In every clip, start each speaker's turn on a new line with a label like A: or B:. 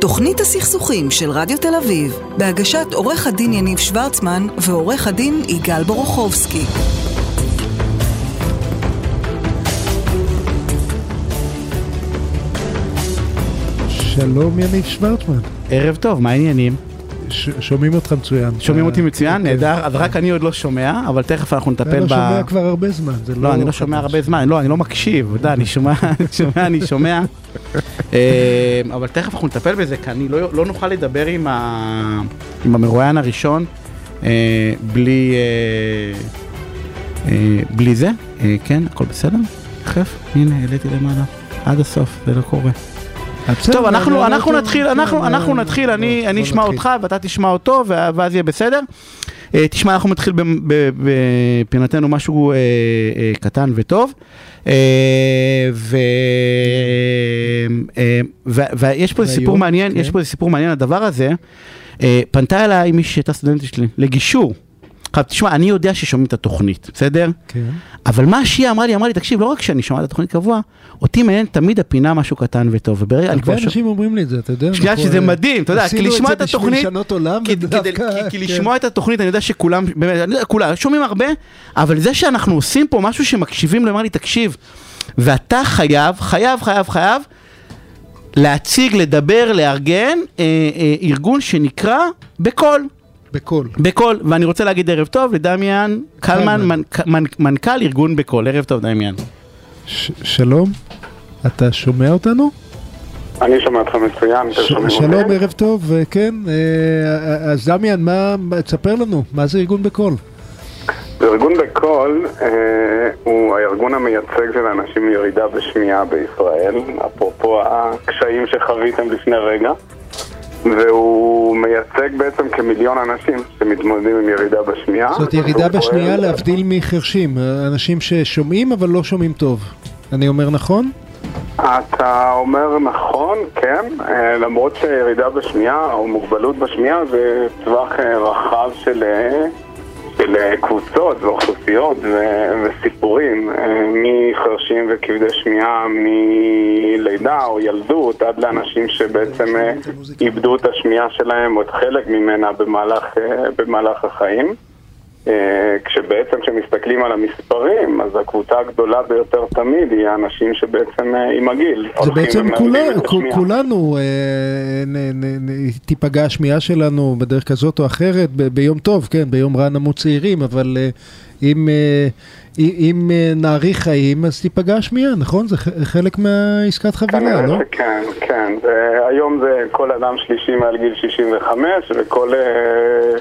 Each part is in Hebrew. A: תוכנית הסכסוכים של רדיו תל אביב, בהגשת עורך הדין יניב שוורצמן ועורך הדין יגאל בורוכובסקי.
B: שלום יניב שוורצמן,
C: ערב טוב, מה העניינים?
B: ש- שומעים אותך מצוין.
C: שומעים
B: אתה-
C: אותי מצוין?
B: כן.
C: נהדר, אז רק אני עוד לא שומע, אבל תכף אנחנו
B: אתה
C: נטפל
B: לא
C: ב...
B: שומע כבר הרבה זמן, זה לא...
C: לא, אני לא שומע הרבה זמן, לא, אני לא מקשיב, אתה יודע, אני שומע, אני שומע, אני שומע. אה, אבל תכף אנחנו נטפל בזה, כי אני לא לא נוכל לדבר עם ה- עם המרואיין הראשון אה, בלי אה, אה, בלי זה. אה, כן, הכל בסדר? תכף, הנה, העליתי למעלה. עד הסוף, זה לא קורה.
B: בסדר,
C: טוב, אנחנו
B: אבל-
C: אנחנו
B: אבל-
C: נתחיל,
B: כן,
C: אנחנו
B: אבל-
C: אנחנו נתחיל, אני
B: בוא-
C: אני
B: בוא
C: אשמע
B: נתחיל.
C: אותך ואתה תשמע אותו וה- ואז יהיה בסדר. אה, תשמע, אנחנו נתחיל במ- ב- בפינתנו משהו אה, אה, קטן וטוב. אה, ו- אה, ו- ויש פה איזה
B: והיום,
C: סיפור מעניין,
B: כן.
C: יש פה איזה סיפור מעניין לדבר הזה. אה, פנתה אליי מישהי שהייתה סטודנטית שלי, לגישור. עכשיו, תשמע, אני יודע ששומעים את התוכנית, בסדר?
B: כן.
C: אבל מה שהיא אמרה לי, אמרה לי, תקשיב, לא רק שאני שומע את התוכנית קבוע, אותי מעניין תמיד הפינה משהו קטן וטוב. וברגע, אני
B: הרבה
C: כבר שומע...
B: אנשים אומרים לי את זה, אתה יודע.
C: שנייה,
B: אנחנו,
C: שזה
B: אה,
C: מדהים, אתה יודע, כי
B: עשינו
C: לשמוע
B: זה
C: את התוכנית...
B: בשביל לשנות עולם,
C: כי- כדי-
B: ודווקא-
C: כי- כי
B: כן.
C: לשמוע את התוכנית, אני יודע שכולם, באמת, אני יודע, כולם, שומעים הרבה, אבל זה שאנחנו עושים פה משהו שמקשיבים לו, אמר לי, תקשיב, ואתה חייב, חייב, חייב, חייב, להציג, לדבר, לארגן אה, אה, ארגון שנקרא בקול.
B: בקול.
C: בקול, ואני רוצה להגיד ערב טוב לדמיאן קלמן,
B: קלמן.
C: מנכ- מנ- מנכ"ל ארגון בקול, ערב טוב דמיאן.
B: ש- שלום, אתה שומע אותנו?
D: אני שומע אתכם מצוין, אתם
B: ש-
D: שומעים אותי?
B: שלום, ערב טוב, אה, כן. אה, אז דמיאן, מה... תספר לנו, מה זה ארגון בקול?
D: ארגון בקול אה, הוא הארגון המייצג של אנשים עם ירידה בשמיעה בישראל, אפרופו הקשיים שחוויתם לפני רגע, והוא מייצג בעצם כמיליון אנשים שמתמודדים עם ירידה בשמיעה.
B: זאת ירידה
D: והוא פועל-
B: בשמיעה להבדיל מחרשים, אה, אנשים ששומעים אבל לא שומעים טוב. אני אומר נכון?
D: אתה אומר נכון, כן, אה, למרות שירידה בשמיעה או מוגבלות בשמיעה זה טווח אה, רחב של, אה, של אה, קבוצות ואוכלוסיות ו- וסיפורים, אה, מחרשים וכבדי שמיעה מלידה או ילדות עד לאנשים שבעצם אה, איבדו את השמיעה שלהם או את חלק ממנה במהלך, אה, במהלך החיים. אה, כשבעצם כשמסתכלים על המספרים, אז הקבוצה הגדולה ביותר תמיד היא האנשים שבעצם אה, עם הגיל.
B: זה
D: הולכים
B: בעצם
D: ומאבדים
B: כולה,
D: את
B: כו-
D: השמיעה.
B: כולנו, אה, נ- נ- נ- תיפגע השמיעה שלנו בדרך כזאת או אחרת, ב- ביום טוב, כן, ביום רע נמות צעירים, אבל אה, אם, אה, אם- אם אה, נאריך חיים, אז תיפגע השמיעה, נכון? זה ח- חלק מהעסקת חבילה,
D: כנראה
B: לא?
D: שכן, כן. זה- היום זה כל אדם שלישי מעל גיל 65, וכל, אה,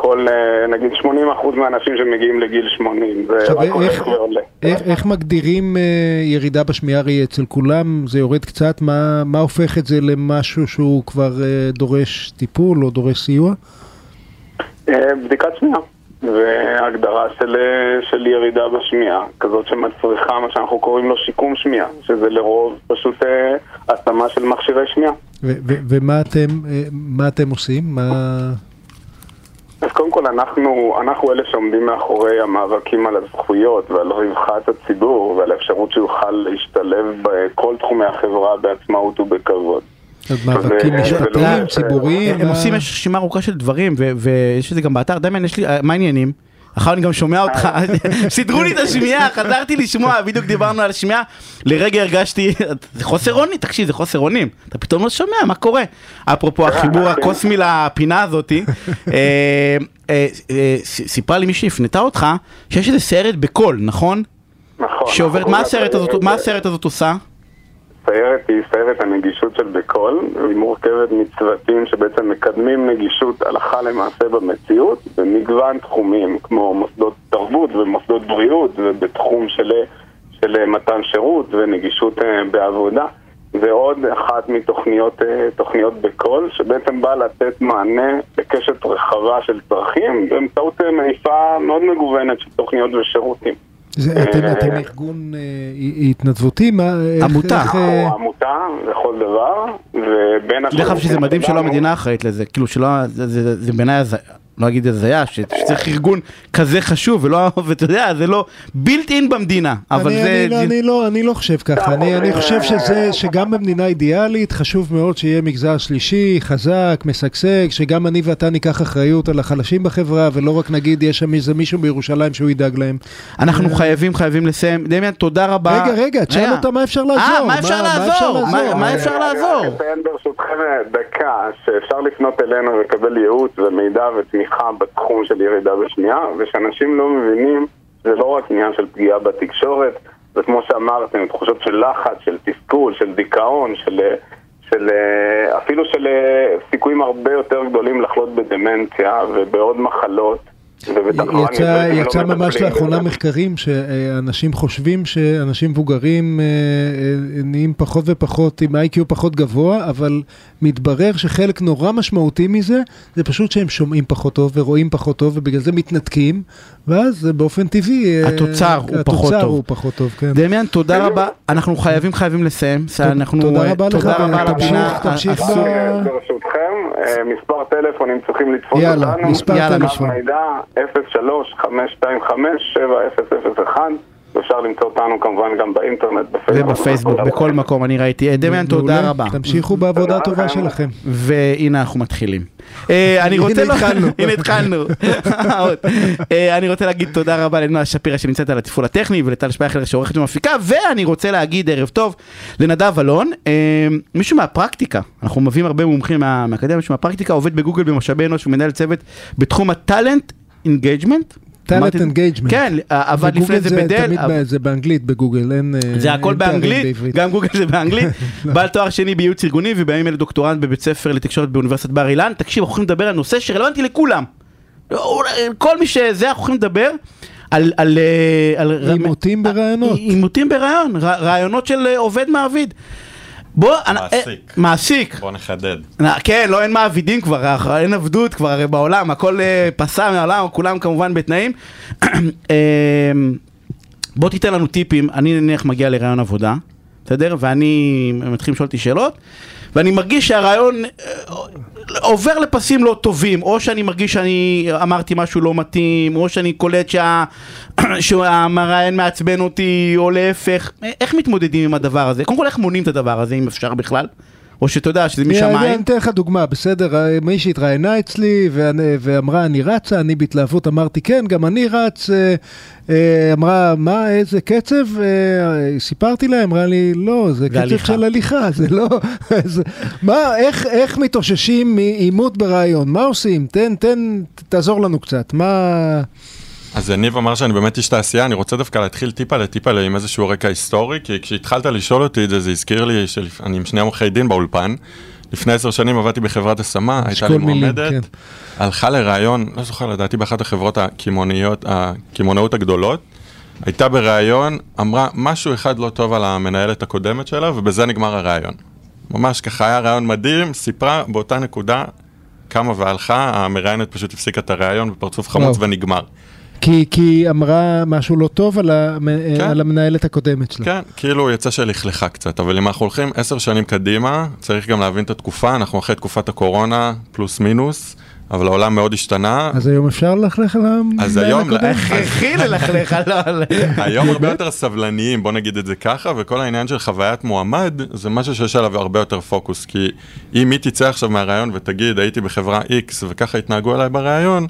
D: כל, אה, נגיד 80% מהאנשים שמגיעים לגיל 80. זה
B: עכשיו,
D: רק
B: איך-
D: הולך ועולה.
B: איך, איך מגדירים אה, ירידה בשמיעה? הרי אצל כולם זה יורד קצת, מה, מה הופך את זה למשהו שהוא כבר אה, דורש טיפול או דורש סיוע?
D: אה, בדיקת שמיעה. והגדרה של, אה, של ירידה בשמיעה, כזאת שמצריכה מה שאנחנו קוראים לו שיקום שמיעה, שזה לרוב פשוט אה, השמה של מכשירי שמיעה.
B: ו- ו- ומה אתם, אה, מה אתם עושים? מה...
D: אז קודם כל, אנחנו, אנחנו אלה שעומדים מאחורי המאבקים על הזכויות ועל רווחת הציבור ועל האפשרות שיוכל להשתלב בכל תחומי החברה בעצמאות ובכבוד.
B: אז מאבקים
D: זה- זה
B: משפטיים,
D: לא-
B: ציבוריים? אה,
C: הם
B: מה-
C: עושים יש רשימה ארוכה של דברים, ו- ויש את זה גם באתר. דמיין, יש לי, אה, מה העניינים? אחר אני גם שומע אותך, סידרו לי את השמיעה, חזרתי לשמוע, בדיוק דיברנו על שמיעה, לרגע הרגשתי, זה חוסר אונים, תקשיב, זה חוסר אונים, אתה פתאום לא שומע, מה קורה? אפרופו החיבור הקוסמי לפינה הזאתי, אה, אה, אה, ס- סיפרה לי מי שהפנתה אותך, שיש איזה סיירת בקול, נכון?
D: נכון. אה,
C: שעוברת, מה הסיירת הזאת- מה הסיירת הזאת עושה?
D: סיירת היא סיירת הנגישות של בקול, היא מורכבת מצוותים שבעצם מקדמים נגישות הלכה למעשה במציאות במגוון תחומים, כמו מוסדות תרבות ומוסדות בריאות ובתחום של, של אה, מתן שירות ונגישות אה, בעבודה. זה עוד אחת מתוכניות אה, תוכניות בקול, שבעצם באה לתת מענה לקשת רחבה של צרכים באמצעות אה, מעיפה מאוד מגוונת של תוכניות ושירותים.
B: זה- אתם אתם ארגון אה, אי- התנדבותי? מה- איך-
C: עמותה.
B: איך, אה,
D: אנחנו עמותה לכל דבר, ובין
B: אוקיי,
C: דרך אגב שזה מדהים שלא המדינה אחראית לזה, כאילו שלא, זה- זה זה בעיניי הז- לא אגיד הזיה, ש- שצריך ארגון כזה חשוב, ולא, ואתה יודע, זה לא בילט אין במדינה, אבל
B: אני,
C: זה...
B: אני, לא, אני, לא, אני לא חושב ככה, אני, אני חושב שזה, שגם במדינה אידיאלית חשוב מאוד שיהיה מגזר שלישי, חזק, משגשג, שגם אני ואתה ניקח אחריות על החלשים בחברה, ולא רק נגיד יש שם איזה מישהו בירושלים שהוא ידאג להם.
C: אנחנו חייבים, חייבים לסיים. דמיאן, תודה רבה.
B: רגע, רגע, תשאל
C: רגע.
B: אותה מה אפשר
C: אה,
B: לעזור.
C: מה אפשר
B: מה- מה אפשר
C: לעזור?
B: לעזור?
C: מה- מה אפשר
D: אני רק
C: לעזור?
D: אציין ברשותכם אה, דקה שאפשר לפנות אלינו ולקבל ייעוץ ומידע ותמיכה בתחום של ירידה בשמיעה, ושאנשים לא מבינים שזה לא רק עניין של פגיעה בתקשורת, וכמו שאמרתם, תחושות של לחץ, של תסכול, של דיכאון, של, של אה, אפילו של אה, סיכויים הרבה יותר גדולים לחלות בדמנציה ובעוד מחלות. ובתחלואה
B: יצא,
D: נלווית,
B: יצא
D: לא
B: ממש
D: מטפלים
B: לאחרונה
D: בזה.
B: מחקרים שאנשים חושבים שאנשים מבוגרים אה, אה, נהיים פחות ופחות עם איי-קיו פחות גבוה, אבל מתברר שחלק נורא משמעותי מזה זה פשוט שהם שומעים פחות טוב ורואים פחות טוב ובגלל זה מתנתקים, ואז אה, באופן טבעי... אה,
C: התוצר הוא פחות
B: התוצר
C: טוב.
B: הוא פחות טוב, כן.
C: דמיאן, תודה רבה. אנחנו חייבים, חייבים לסיים. אנחנו...
B: תודה
C: אה,
B: רבה לך,
C: תודה רבה על
B: תמשיך,
C: הפינה.
B: תמשיך
C: הסופר.
B: ב-
D: אה, ברשותכם, אה, מספר טלפון אם צריכים לתפוס
B: יאללה,
D: אותנו.
B: מספר
C: יאללה,
B: טלפון.
D: קו מידע 03-525-7001 ואפשר למצוא אותנו כמובן גם באינטרנט, בפייסבוק.
C: ובפייסבוק, בכל מקום, אני ראיתי. אה, דמיאן,
B: מעולה.
C: תודה רבה.
B: תמשיכו בעבודה
D: תודה
B: הטובה
D: לכם.
B: שלכם.
C: והנה אנחנו מתחילים. אה, אני רוצה...
B: הנה
C: לה-
B: התחלנו.
C: הנה התחלנו. עוד. אה, אני רוצה להגיד תודה רבה לנועה שפירא שנמצאת על התפעול הטכני ולטל שפייכלר שעורכת ומפיקה, ואני רוצה להגיד ערב טוב לנדב אלון, אה, מישהו מהפרקטיקה, אנחנו מביאים הרבה מומחים מה- מהאקדמיה, מישהו מהפרקטיקה, עובד בגוגל במשאבי אנוש ומנהל צוות בתחום הטאלנט אינגייג'מנט. אמרתי את זה?
B: engagement.
C: כן, אה, עבד לפני
B: בגוגל
C: זה בדל. אה,
B: תמיד
C: אבל-
B: ב- זה באנגלית בגוגל, אין... אה,
C: זה הכל
B: אין תארים
C: באנגלית,
B: בעברית. לא.
C: גם גוגל זה באנגלית. בעל תואר שני בייעוץ ארגוני ובימים אלה דוקטורנט בבית ספר לתקשורת באוניברסיטת בר אילן. תקשיב, אנחנו הולכים לדבר על נושא שרלוונטי לכולם. לא, כל מי שזה, אנחנו הולכים לדבר על... על, אה, על
B: עימותים ברעיונות.
C: עימותים ברעיון, רע- רעיונות של אה, עובד מעביד. בוא, אנ- אה,
E: מעסיק.
C: מעסיק,
E: בוא נחדד.
C: נא- כן, לא, אין מעבידים כבר, אה, אין עבדות כבר הרי בעולם, הכל אה, פסע מהעולם, כולם כמובן בתנאים. אה, בוא תיתן לנו טיפים, אני נניח מגיע לרעיון עבודה, בסדר? ואני מתחיל לשאול אותי שאלות, ואני מרגיש שהרעיון אה, עובר לפסים לא טובים, או שאני מרגיש שאני אמרתי משהו לא מתאים, או שאני קולט שה- שהמראיין מעצבן אותי, או להפך. איך מתמודדים עם הדבר הזה? קודם כל, איך מונעים את הדבר הזה, אם אפשר בכלל? או שאתה יודע שזה
B: אני
C: משמיים.
B: אני אתן לך דוגמה, בסדר, מישהי התראיינה אצלי ואני, ואמרה אני רצה, אני בהתלהבות אמרתי כן, גם אני רץ, אה, אה, אמרה מה, איזה קצב, אה, סיפרתי לה, אמרה לי לא, זה קצב
C: הליכה."
B: של הליכה, זה לא, זה, מה, איך, איך מתאוששים מעימות ברעיון, מה עושים, תן, תן, תעזור לנו קצת, מה...
E: אז יניב אמר שאני באמת איש תעשייה, אני רוצה דווקא להתחיל טיפה לטיפה עם איזשהו רקע היסטורי, כי כשהתחלת לשאול אותי את זה, זה הזכיר לי שאני עם שני עורכי דין באולפן. לפני עשר שנים עבדתי בחברת השמה, הייתה לי
B: שקול מילים,
E: מועמדת,
B: כן.
E: הלכה לראיון, לא זוכר, לדעתי באחת החברות הקמעוניות, הקמעונאות הגדולות, הייתה בראיון, אמרה משהו אחד לא טוב על המנהלת הקודמת שלה, ובזה נגמר הראיון. ממש ככה היה ראיון מדהים, סיפרה באותה נקודה קמה והלכה, המראיינת פשוט הפסיקה את הראיון בפרצוף חמוץ
B: וואו.
E: ונגמר.
B: כי, כי אמרה משהו לא טוב על, המ...
E: כן.
B: על המנהלת הקודמת שלה.
E: כן, כאילו יצא שלכלכה קצת, אבל אם אנחנו הולכים עשר שנים קדימה, צריך גם להבין את התקופה, אנחנו אחרי תקופת הקורונה, פלוס מינוס, אבל העולם מאוד השתנה.
B: אז היום אפשר ללכלך על המנהל
E: אז היום,
B: הקודם?
E: איך-
C: הכי כן. ללכלך, לא, לא.
E: היום הרבה יותר סבלניים, בוא נגיד את זה ככה, וכל העניין של חוויית מועמד, זה משהו שיש עליו הרבה יותר פוקוס, כי אם היא תצא עכשיו מהראיון ותגיד, הייתי בחברה X וככה התנהגו אליי בראיון,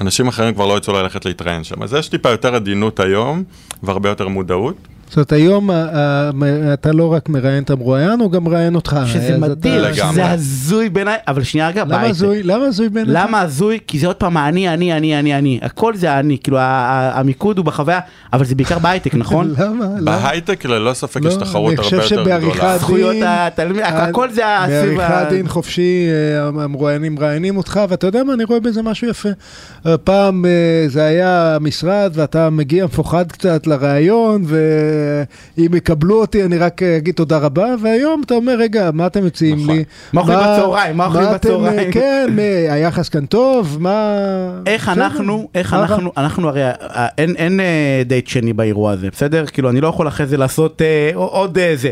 E: אנשים אחרים כבר לא יצאו ללכת להתראיין שם. אז יש טיפה יותר עדינות היום, והרבה יותר מודעות.
B: זאת אומרת, היום ה- ה- מ- אתה לא רק מראיין את המרואיין, הוא גם מראיין אותך.
C: שזה
B: אז
C: מדהים,
B: אתה-
E: לגמרי.
C: שזה הזוי בעיניי, אבל שנייה רגע,
B: למה
C: בהייטק.
B: הזוי? למה הזוי בעיניך?
C: למה הזוי? כי זה עוד פעם האני, אני, אני, אני, אני. הכל זה האני, כאילו ה- ה- המיקוד הוא בחוויה, אבל זה בעיקר בהייטק, נכון?
B: למה? למה?
E: בהייטק ללא ספק
B: לא,
E: יש תחרות
B: אני
E: הרבה
B: חושב
E: יותר גדולה.
B: שבעריכת
C: זכויות
B: הדין-
C: התלמיד, הכל זה הסביב ה-
B: בעריכת דין חופשי, אה, המרואיינים מראיינים אותך, ואתה יודע מה, אני רואה בזה משהו יפה. אה, פעם אה, זה היה משרד, ואתה מגיע מפוחד קצת לראיון, ו- אם יקבלו אותי, אני רק אה, אגיד תודה רבה, והיום אתה אומר, רגע, מה אתם מציעים
C: נכון.
B: לי?
C: מה אוכלים בצהריים? מה אוכלים
B: אתם,
C: בצהריים?
B: כן, אה, היחס כאן טוב, מה...
C: איך
B: בסדר,
C: אנחנו, איך
B: מה רע?
C: אנחנו, אנחנו הרי, אה, אין, אין אה, דייט שני באירוע הזה, בסדר? כאילו, אני לא יכול אחרי זה לעשות אה, עוד אה, זה.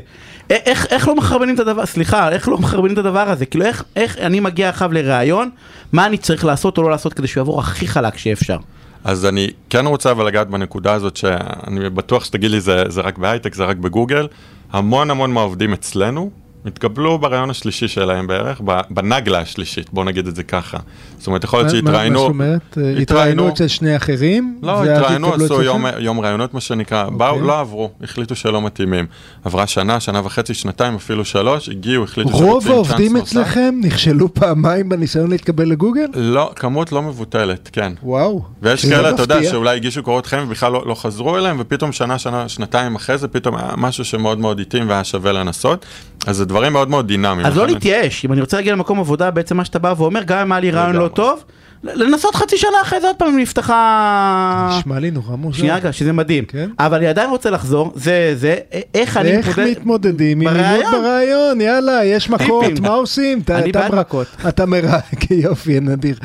C: א- איך, איך לא מחרבנים את הדבר, סליחה, איך לא מחרבנים את הדבר הזה? כאילו, איך, איך אני מגיע עכשיו לראיון, מה אני צריך לעשות או לא לעשות כדי שהוא יעבור הכי חלק שאפשר.
E: אז אני כן רוצה אבל לגעת בנקודה הזאת שאני בטוח שתגיד לי זה, זה רק בהייטק, זה רק בגוגל. המון המון מהעובדים אצלנו התקבלו ברעיון השלישי שלהם בערך, ב- בנגלה השלישית, בוא נגיד את זה ככה. זאת אומרת, יכול
B: מה-
E: להיות
B: מה
E: שהתראיינו...
B: זאת אומרת? אה, התראיינו
E: התראיינו.
B: אצל שני אחרים?
E: לא,
B: ואז
E: התראיינו,
B: התקבלו
E: עשו
B: אצלכם? אוקיי.
E: יום, יום ראיונות, מה שנקרא. באו, לא עברו, החליטו שלא מתאימים. עברה שנה, שנה וחצי, שנתיים, אפילו שלוש, הגיעו, החליטו
B: רוב
E: שרוצים
B: העובדים
E: צ'אנס נוסף.
B: אצלכם נכשלו פעמיים בניסיון להתקבל לגוגל?
E: לא, כמות לא מבוטלת, כן.
B: וואו.
E: ויש
B: זה לא
E: כאלה, אתה יודע,
B: מפתיע.
E: שאולי הגישו קורות חיים ובכלל לא, לא חזרו אליהם, ופתאום שנה, שנה, שנתיים אחרי זה, פתאום היה משהו שמאוד מאוד איטים והיה שווה לנסות. אז זה דברים מאוד מאוד דינמיים.
C: אז לא
E: לכן-
C: להתייאש, אם אני רוצה להגיע למקום עבודה, בעצם מה שאתה בא ואומר, גם אם היה לי רעיון לא
E: לגמרי.
C: טוב, ל- לנסות חצי שנה אחרי זה עוד פעם אם נפתחה...
B: אה, נשמע לי נורא מוזר.
C: שנייה רגע, שזה מדהים.
B: כן.
C: אבל אני עדיין רוצה לחזור, זה, זה, א- איך אני
B: איך
C: מתמודד...
B: מתמודדים עם עימות
C: בראיון?
B: ברעיון? יאללה, יש מכות,
C: טיפים.
B: מה עושים? אתה-
C: אני
B: אתה
C: בעד
B: מר-
C: מכות.
B: אתה מרק, יופי, נדיר.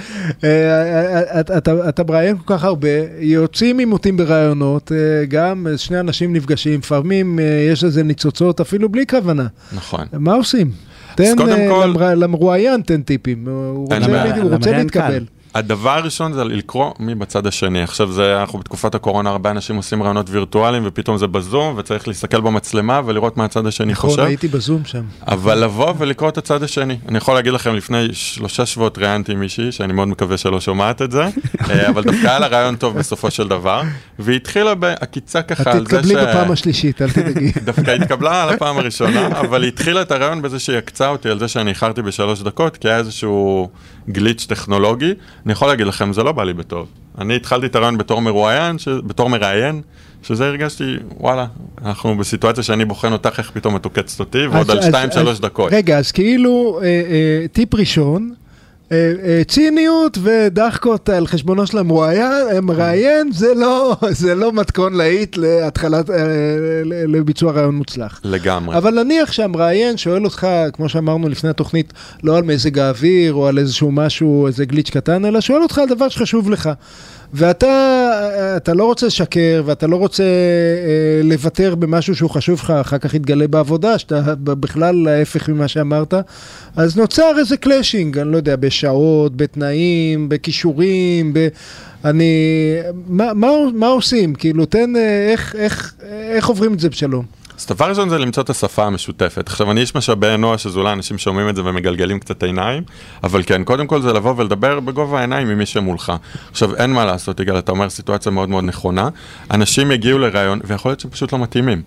B: אה, אה, אתה- אתה- אתה מראיין כל כך הרבה, יוצאים עימותים ברעיונות, אה, גם אה, שני אנשים נפגשים, לפעמים אה, יש איזה ניצוצות אפילו בלי כוונה.
E: נכון.
B: מה עושים? תן
E: קודם
B: אה,
E: כל-
B: למר- למרואיין תן טיפים, הוא
E: אין
B: רוצה
E: בעיה,
B: לה- הוא רוצה
C: למראיין קל.
B: להתקבל.
E: הדבר הראשון זה לקרוא מבצד השני. עכשיו, זה, אנחנו בתקופת הקורונה, הרבה אנשים עושים רעיונות וירטואליים, ופתאום זה בזום, וצריך להסתכל במצלמה ולראות מה הצד השני
B: נכון,
E: חושב.
B: הייתי בזום שם.
E: אבל לבוא ולקרוא את הצד השני. אני יכול להגיד לכם, לפני שלושה שבועות ראיינתי מישהי, שאני מאוד מקווה שלא שומעת את זה, אה, אבל דווקא היה לה רעיון טוב בסופו של דבר, והיא התחילה בעקיצה
B: את
E: ככה על זה ש...
B: תתקבלי בפעם השלישית, אל תדאגי.
E: דווקא התקבלה על הפעם הראשונה, אבל היא התחילה את הרעיון בזה שהיא עקצה אותי על זה שאני איחרתי בשלוש דקות, כי היה איזשהו גליץ' טכנולוגי. אני יכול להגיד לכם, זה לא בא לי בטוב. אני התחלתי את הרעיון בתור מרואיין, ש... בתור מראיין, שזה הרגשתי, וואלה, אנחנו בסיטואציה שאני בוחן אותך, איך פתאום את עוקצת אותי, ועוד
B: אז-
E: על
B: אז-
E: שתיים,
B: אז-
E: שלוש דקות.
B: רגע, אז כאילו, אה, אה, טיפ ראשון, אה, אה, ציניות ודחקות על חשבונו של המרואיין, המראיין, אה, זה לא- זה לא מתכון להיט להתחלת, אה, ל- לביצוע רעיון מוצלח.
E: לגמרי.
B: אבל נניח שהמראיין שואל אותך, כמו שאמרנו לפני התוכנית, לא על מזג האוויר או על איזשהו משהו, איזה גליץ' קטן, אלא שואל אותך על דבר שחשוב לך. ואתה אתה לא רוצה לשקר, ואתה לא רוצה אה, לוותר במשהו שהוא חשוב לך, אחר כך יתגלה בעבודה, שאתה ב- בכלל ההפך ממה שאמרת. אז נוצר איזה קלאשינג, אני לא יודע, בשעות, בתנאים, בכישורים, ב... אני... מה, מה, מה עושים? כאילו, תן... אה, איך, איך, איך עוברים את זה בשלום?
E: אז דבר ראשון זה למצוא את השפה המשותפת. עכשיו, אני איש משאבי אנוש, אז אולי אנשים שומעים את זה ומגלגלים קצת עיניים, אבל כן, קודם כל זה לבוא ולדבר בגובה העיניים עם מי שמולך. עכשיו, אין מה לעשות, יגאל, אתה אומר סיטואציה מאוד מאוד נכונה. אנשים יגיעו לראיון, ויכול להיות שהם פשוט לא מתאימים.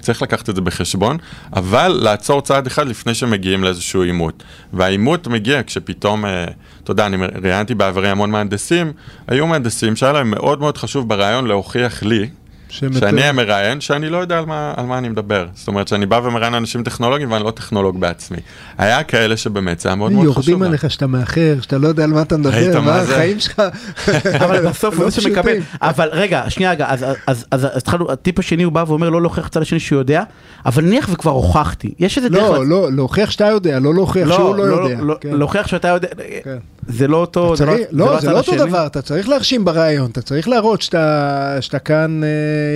E: צריך לקחת את זה בחשבון, אבל לעצור צעד אחד לפני שמגיעים לאיזשהו עימות. והעימות מגיע כשפתאום, אה, אתה יודע, אני ראיינתי בעברי המון מהנדסים, היו מהנדסים שהיה להם מאוד מאוד חשוב ברעיון להוכיח לי, שאני
B: אה,
E: המראיין, שאני לא יודע על מה, על מה אני מדבר. זאת אומרת, שאני בא ומראיין אנשים טכנולוגיים ואני לא טכנולוג בעצמי. היה כאלה שבאמת זה היה מאוד מאוד חשוב.
B: יורדים
E: להם.
B: עליך שאתה מאחר, שאתה לא יודע על מה אתה
E: ראית
B: מדבר,
E: מה
B: מה
E: זה?
B: החיים שלך.
C: אבל בסוף הוא
B: לא
C: זה שמקבל,
B: פשוטים.
C: אבל רגע, שנייה רגע, אז- אז- אז אז התחלנו, הטיפ השני הוא בא ואומר לא להוכיח לצד השני שהוא יודע, אבל נניח וכבר הוכחתי, יש איזה דרך,
B: לא, לא, להוכיח שאתה יודע, לא להוכיח שהוא לא יודע. כן.
C: להוכיח שאתה יודע,
B: כן.
C: זה לא אותו,
B: צריך- לא, זה
C: הצד
B: לא אותו
C: השני.
B: דבר, אתה צריך להרשים ברעיון, אתה צריך להראות שאתה שאתה כאן, אה,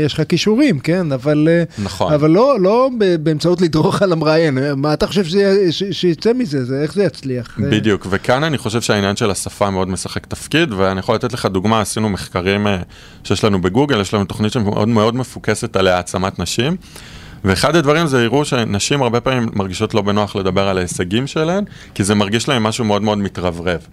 B: יש לך כישורים, כן, אבל אה,
E: נכון.
B: אבל לא- לא ב- באמצעות לדרוך על המראיין, אה, מה אתה חושב שזה- ש- שיצא מזה, זה- איך זה יצליח? אה,
E: בדיוק, וכאן אני חושב שהעניין של השפה מאוד משחק תפקיד, ואני יכול לתת לך דוגמה, עשינו מחקרים אה, שיש לנו בגוגל, יש לנו תוכנית שמאוד מאוד מפוקסת על העצמת נשים, ואחד הדברים זה הראו שנשים הרבה פעמים מרגישות לא בנוח לדבר על ההישגים שלהן, כי זה מרגיש להן משהו מאוד מאוד מתרברב.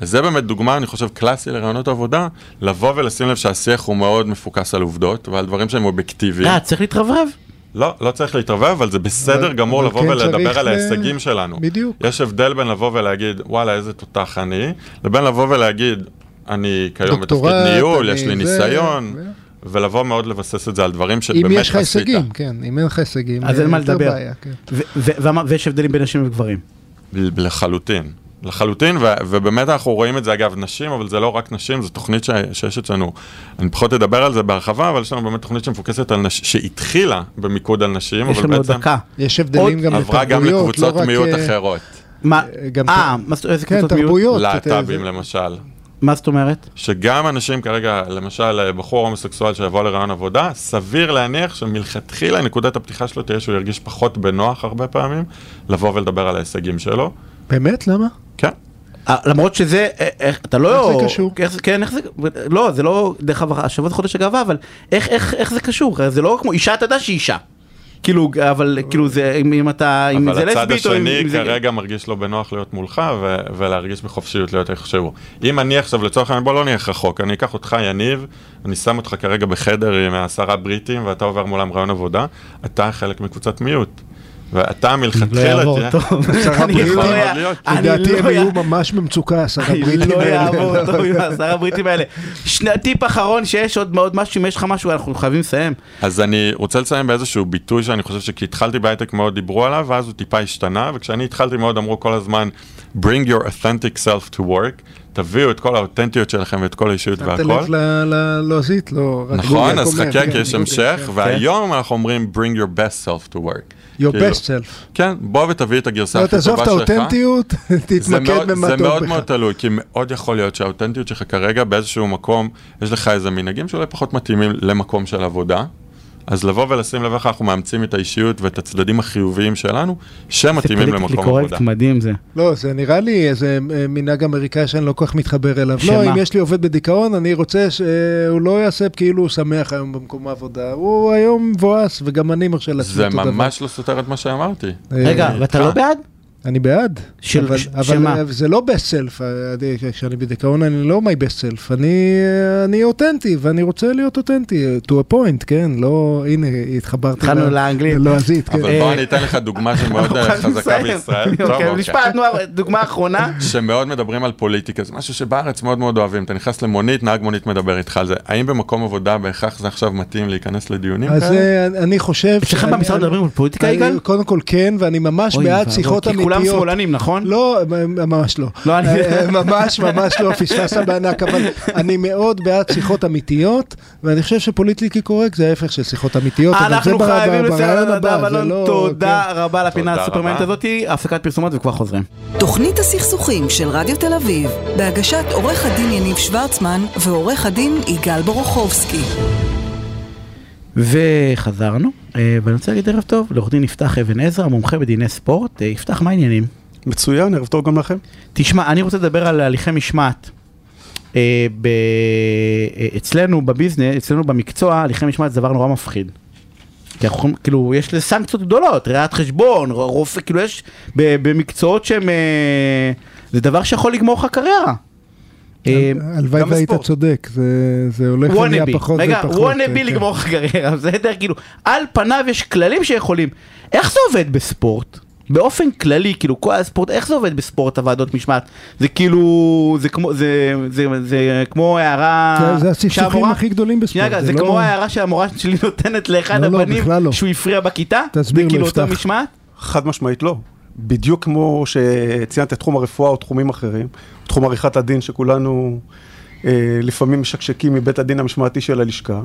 E: אז זה באמת דוגמה, אני חושב, קלאסי לרעיונות עבודה, לבוא ולשים לב שהשיח הוא מאוד מפוקס על עובדות ועל דברים שהם אובייקטיביים.
C: אה, צריך להתרברב,
E: לא, לא צריך להתערבב, אבל זה בסדר
B: אבל-
E: גמור
B: אבל
E: לבוא
B: כן צריך
E: ולדבר על
B: ל-
E: ההישגים שלנו.
B: בדיוק.
E: יש הבדל בין לבוא ולהגיד, וואלה, איזה תותח אני, לבין לבוא ולהגיד, אני כיום בתפקיד
B: דוקטורט,
E: ניהול,
B: אני
E: יש לי
B: זה,
E: ניסיון,
B: ו-
E: ולבוא מאוד לבסס את זה על דברים שבאמת
B: אם
E: עשית.
B: יש לך הישגים, כן, אם אין לך הישגים, אה,
C: אז אין מה
B: יותר
C: לדבר,
B: בעיה, כן.
C: אה, ו- ו- ואמר- ויש הבדלים בין נשים וגברים,
E: ל- לחלוטין. לחלוטין, ו- ובאמת אנחנו רואים את זה, אגב, נשים, אבל זה לא רק נשים, זו תוכנית ש- שיש אצלנו. אני פחות אדבר על זה בהרחבה, אבל יש לנו באמת תוכנית שמפוקסת על נשים, שהתחילה במיקוד על נשים,
C: יש
E: אבל
C: לנו עוד
E: בעצם
C: דקה.
B: יש הבדלים
C: עוד
B: גם
E: עברה גם
B: לתרבויות, לא
E: לקבוצות
B: רק...
E: מיעוט
B: אה,
E: אחרות.
C: מה?
B: גם-
C: אה, מה זאת- איזה
B: כן,
C: קבוצות מיעוט?
B: תרבויות. אתה-
E: להט"בים לא. למשל.
C: מה זאת אומרת?
E: שגם אנשים כרגע, למשל בחור הומוסקסואל שיבוא לרעיון עבודה, סביר להניח שמלכתחילה נקודת הפתיחה שלו תהיה שהוא ירגיש פחות בנוח הרבה פעמים לבוא ולדבר על ההישגים שלו.
B: באמת? למה?
E: כן.
C: אה, למרות שזה, אה, איך, אתה לא...
B: איך זה קשור?
C: איך, זה- כן, איך זה... לא, זה לא דרך אגב, השבוע זה חודש הגאווה, אבל איך, איך, איך זה קשור? זה לא כמו אישה, אתה יודע שהיא אישה. כאילו, אבל כאילו זה, אם, אם אתה, אם זה
E: אבל הצד
C: לסבית או אם,
E: השני
C: אם זה...
E: כרגע מרגיש לא בנוח להיות מולך ו- ולהרגיש בחופשיות להיות איך שהוא. אם אני עכשיו לצורך העניין, בוא לא נלך רחוק, אני אקח אותך יניב, אני שם אותך כרגע בחדר עם העשרה בריטים ואתה עובר מולם רעיון עבודה, אתה חלק מקבוצת מיעוט. ואתה מלכתחילה
C: לא יעבור,
E: תהיה...
C: טוב. אני
B: הבריאות.
C: לא
E: יכול
C: אע-
E: מאוד להיות.
C: אני
B: לדעתי
C: לא
B: הם
C: אע-
B: יהיו ממש במצוקה, השר
C: אני
B: הבריטים
C: לא
B: האלה.
C: אעבור אותו עם העשרה הבריטים האלה. שני- טיפ אחרון שיש עוד מאוד משהו, אם יש לך משהו, אנחנו חייבים לסיים.
E: אז אני רוצה לסיים באיזשהו ביטוי שאני חושב שכי התחלתי בהייטק מאוד דיברו עליו, ואז הוא טיפה השתנה, וכשאני התחלתי מאוד אמרו כל הזמן, bring your authentic self to work, תביאו את כל האותנטיות שלכם ואת כל האישיות
B: שמת
E: והכל.
B: לב ל- ללועזית, לא... רק
E: נכון,
B: גוגל
E: אז
B: קומם,
E: חכה,
B: כן,
E: כי יש
B: גוגל,
E: המשך, והיום אנחנו אומרים bring your best self to work.
B: כן. Your
E: כאילו,
B: best self.
E: כן, בוא ותביא את הגרסה
B: לא,
E: הכי טובה שלך.
B: תעזוב את האותנטיות,
E: זה
B: תתמקד
E: מאוד-
B: במה
E: זה
B: טוב
E: מאוד מאוד
B: בך.
E: תלוי, כי מאוד יכול להיות שהאותנטיות שלך כרגע באיזשהו מקום, יש לך איזה מנהגים שאולי פחות מתאימים למקום של עבודה. אז לבוא ולשים לב איך אנחנו מאמצים את האישיות ואת הצדדים החיוביים שלנו, שמתאימים למקום עבודה.
C: מדהים זה.
B: לא, זה נראה לי איזה אה, מנהג אמריקאי שאני לא כל כך מתחבר אליו.
C: שמה?
B: לא, אם יש לי עובד בדיכאון, אני רוצה שהוא לא יעשה כאילו הוא שמח היום במקום העבודה. הוא היום מבואס, וגם אני מרשה לעצמי
E: זה
B: אותו דבר.
E: ממש לא סותר את מה שאמרתי.
B: אה,
C: רגע,
E: אני
C: ואתה
E: איתך.
C: לא בעד?
B: אני בעד.
C: של-
B: אבל,
C: ש-
B: אבל
C: שמה?
B: זה לא best self, אה, כשאני בדיכאון אני לא my best self, אני, אה, אני אותנטי ואני רוצה להיות אותנטי, to a point, כן, לא, הנה, התחברתי
C: התחלנו
B: ל-
C: לאנגלית.
B: ללועזית, כן.
E: אבל
C: אה,
E: בוא אני אתן לך דוגמה שמאוד אה, חזקה בישראל. טוב,
C: אוקיי,
E: אוקיי.
C: משפט, נו, דוגמה אחרונה.
E: שמאוד מדברים על פוליטיקה, זה משהו שבארץ מאוד מאוד אוהבים. אתה נכנס למונית, נהג מונית מדבר איתך על זה. האם במקום עבודה בהכרח זה עכשיו מתאים להיכנס לדיונים
B: אז
E: כאלה?
B: אה, אני חושב...
C: אצלך
B: שאני-
C: במשרד מדברים על פוליטיקה,
B: אני-
C: יגאל?
B: קודם כל כן, ואני ממש
C: אוי,
B: בעד
C: ואבוי,
B: שיחות
C: כי כולם
B: אמיתיות.
C: שמאלנים, נכון?
B: לא, ממש לא.
C: לא, אני-
B: אה, ממש ממש לא, פספסת בענק, אבל אני מאוד בעד שיחות אמיתיות, ואני חושב שפוליטיקלי קורקט זה ההפך של שיחות אמיתיות, לא, אבל זה
C: אנחנו
B: ברע-
C: חייבים לסיים
B: ברעיון
C: על
B: הבא,
C: אדם
B: זה
C: אלון,
B: לא...
C: תודה רבה לפינה
E: תודה
C: הסופרמנט
E: רבה.
C: הזאתי, הפסקת פרסומות וכבר חוזרים.
A: תוכנית הסכסוכים של רדיו תל אביב, בהגשת עורך הדין יניב שוורצמן ועורך הדין יגאל בורוכובסקי.
C: וחזרנו, אה, ואני רוצה להגיד ערב טוב לעורך דין יפתח אבן עזרא, מומחה בדיני ספורט. אה, יפתח, מה העניינים?
F: מצוין, ערב טוב גם לכם.
C: תשמע, אני רוצה לדבר על הליכי משמעת. אה, ב- אה, אצלנו בביזנס, אצלנו במקצוע, הליכי משמעת זה דבר נורא מפחיד. כי אנחנו יכולים, כאילו, יש לזה סנקציות גדולות, ראיית חשבון, ר- רופא, כאילו יש, ב- במקצועות שהם, אה, זה דבר שיכול לגמור לך קריירה. אה,
B: כן. הלוואי
F: גם
B: והיית
F: בספורט.
B: צודק, זה- זה הולך ונהיה
C: וונאבי,
B: פחות
C: רגע,
B: ופחות.
C: וונאבי
B: אה, כן.
C: לגמור לך קריירה, בסדר? כאילו, על פניו יש כללים שיכולים. איך זה עובד בספורט? באופן כללי, כאילו, כל הספורט, איך זה עובד בספורט הוועדות משמעת? זה כאילו, זה כמו, זה, זה, זה, כמו הערה...
B: זה- זה הסכסוכים
C: שהמורה-
B: הכי גדולים בספורט.
C: שנייה, רגע, זה
B: לא-
C: כמו ההערה שהמורה שלי נותנת לאחד
B: לא, לא,
C: הבנים
B: בכלל לא.
C: שהוא הפריע בכיתה?
B: תסביר לו,
C: זה כאילו אותה
B: יפתח.
C: משמעת?
F: חד משמעית לא. בדיוק כמו שציינת את תחום הרפואה או תחומים אחרים, תחום עריכת הדין שכולנו אה, לפעמים משקשקים מבית הדין המשמעתי של הלשכה.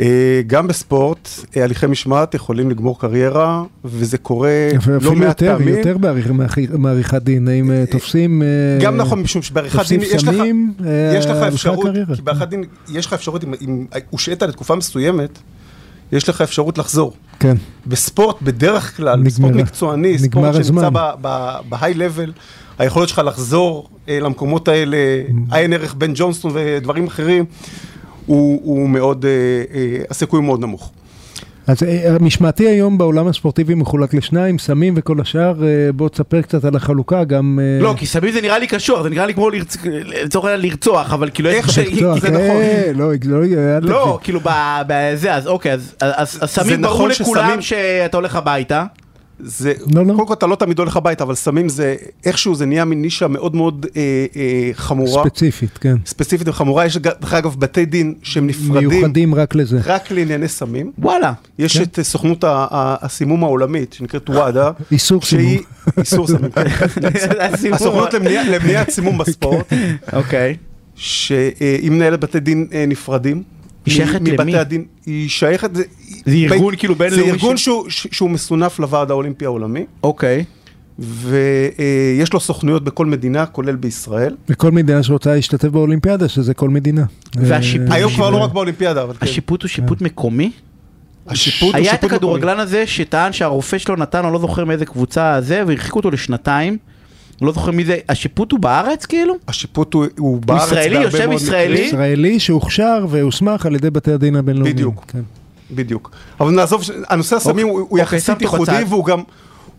F: אה, גם בספורט, אה, הליכי משמעת יכולים לגמור קריירה, וזה קורה לא
B: אפילו
F: מעט
B: יותר,
F: פעמים.
B: יותר בעריך- מעריך- מעריכת דין, האם אה, תופסים... אה,
F: גם נכון, משום שבעריכת
B: תופסים
F: דין יש לך...
B: סמים, אה,
F: יש לך
B: הלכה
F: אפשרות,
B: קריירה.
F: כי בעריכת דין יש לך אפשרות, אם- אם הושעית לתקופה מסוימת, יש לך אפשרות לחזור.
B: כן.
F: בספורט בדרך כלל,
B: נגמרה.
F: בספורט מקצועני,
B: נגמר
F: ספורט שנמצא
B: הזמן.
F: בהיי לבל, היכולת שלך לחזור אה, למקומות האלה,
B: Mm.
F: עין ערך בן ג'ונסון ודברים אחרים, הוא, הוא מאוד, אה, אה, הסיכוי הוא מאוד נמוך.
B: אז אה, המשמעתי היום בעולם הספורטיבי מחולק לשניים, סמים וכל השאר, אה, בוא תספר קצת על החלוקה, גם... אה,
C: לא, כי סמים זה נראה לי קשור, זה נראה לי כמו לרצ- לצורך העניין לרצוח, אבל כאילו
F: איך
C: יש...
F: ש-
B: מקצוע,
F: זה
B: כן,
F: נכון.
B: לא, לא, אל תגזים.
C: לא, כאילו, ב- בזה, אז אוקיי, אז- אז אז
F: זה
C: סמים ברור
F: נכון שסמים-
C: לכולם שאתה הולך הביתה.
F: זה,
B: לא,
F: לא,
B: לא.
F: לא. קודם כל אתה לא תמיד הולך הביתה, אבל סמים זה, איכשהו זה נהיה מין נישה מאוד מאוד אה, אה, חמורה.
B: ספציפית, כן.
F: ספציפית וחמורה, יש ג- דרך אגב בתי דין שהם נפרדים
B: מיוחדים רק לזה.
F: רק לענייני סמים.
C: וואלה.
B: כן.
F: יש את אה, סוכנות ה- ה- הסימום העולמית, שנקראת וואדה.
B: איסור
F: שהיא-
B: סימום.
F: איסור סמים, כן.
C: הסיפור-
F: הסוכנות למניע- למניעת סימום בספורט,
C: אוקיי.
F: שהיא מנהלת בתי דין אה, נפרדים.
C: היא שייכת
F: מ- מבתי
C: למי?
F: הדין, היא שייכת... זה
C: ארגון כאילו בינלאומי
F: זה ארגון
C: ש-
F: שהוא- ש- שהוא מסונף לוועד האולימפי העולמי,
C: אוקיי.
F: ויש לו סוכנויות בכל מדינה, כולל בישראל.
B: וכל מדינה שרוצה להשתתף באולימפיאדה, שזה כל מדינה.
C: והשיפוט-
B: אה,
F: היום כבר לא
B: אה,
F: רק באולימפיאדה, אבל כן.
C: השיפוט הוא שיפוט מקומי?
F: השיפוט הוא
C: היה את
F: שיפוט
C: הכדורגלן הזה שטען שהרופא שלו נתן, אני לא זוכר מאיזה קבוצה זה, והרחיקו אותו לשנתיים. אני לא זוכר מי זה, השיפוט הוא בארץ כאילו?
F: השיפוט הוא- הוא בארץ
C: ישראלי?
F: בהרבה
C: יושב
F: מאוד
C: ישראלי?
F: מקרים.
B: ישראלי שהוכשר והוסמך על ידי בתי הדין הבינלאומיים.
F: בדיוק.
B: כן.
F: בדיוק. אבל נעזוב, ש- הנושא הסמים הוא הוא
C: אוקיי,
F: יחסית
C: שמתי
F: ייחודי
C: בצד.
F: והוא גם...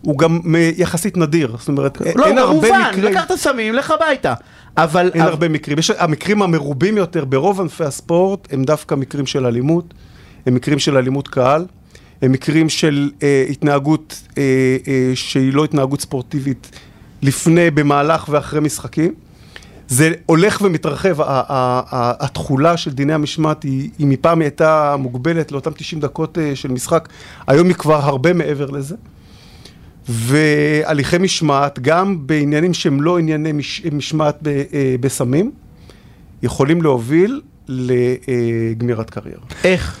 F: הוא גם אה, יחסית נדיר, זאת אומרת, אין
C: לא,
F: הרבה
C: כמובן,
F: מקרים,
C: לקחת סמים, לך הביתה. אבל...
F: אין הרבה מקרים, יש, המקרים המרובים יותר ברוב ענפי הספורט הם דווקא מקרים של אלימות, הם מקרים של אלימות קהל, הם מקרים של אה, התנהגות אה, אה, שהיא לא התנהגות ספורטיבית לפני, במהלך ואחרי משחקים. זה הולך ומתרחב, ה- ה- ה- התכולה של דיני המשמעת היא, היא מפעם היא הייתה מוגבלת לאותם 90 דקות אה, של משחק, היום היא כבר הרבה מעבר לזה. והליכי משמעת, גם בעניינים שהם לא ענייני מש, משמעת ב, אה, בסמים, יכולים להוביל לגמירת קריירה.
C: איך?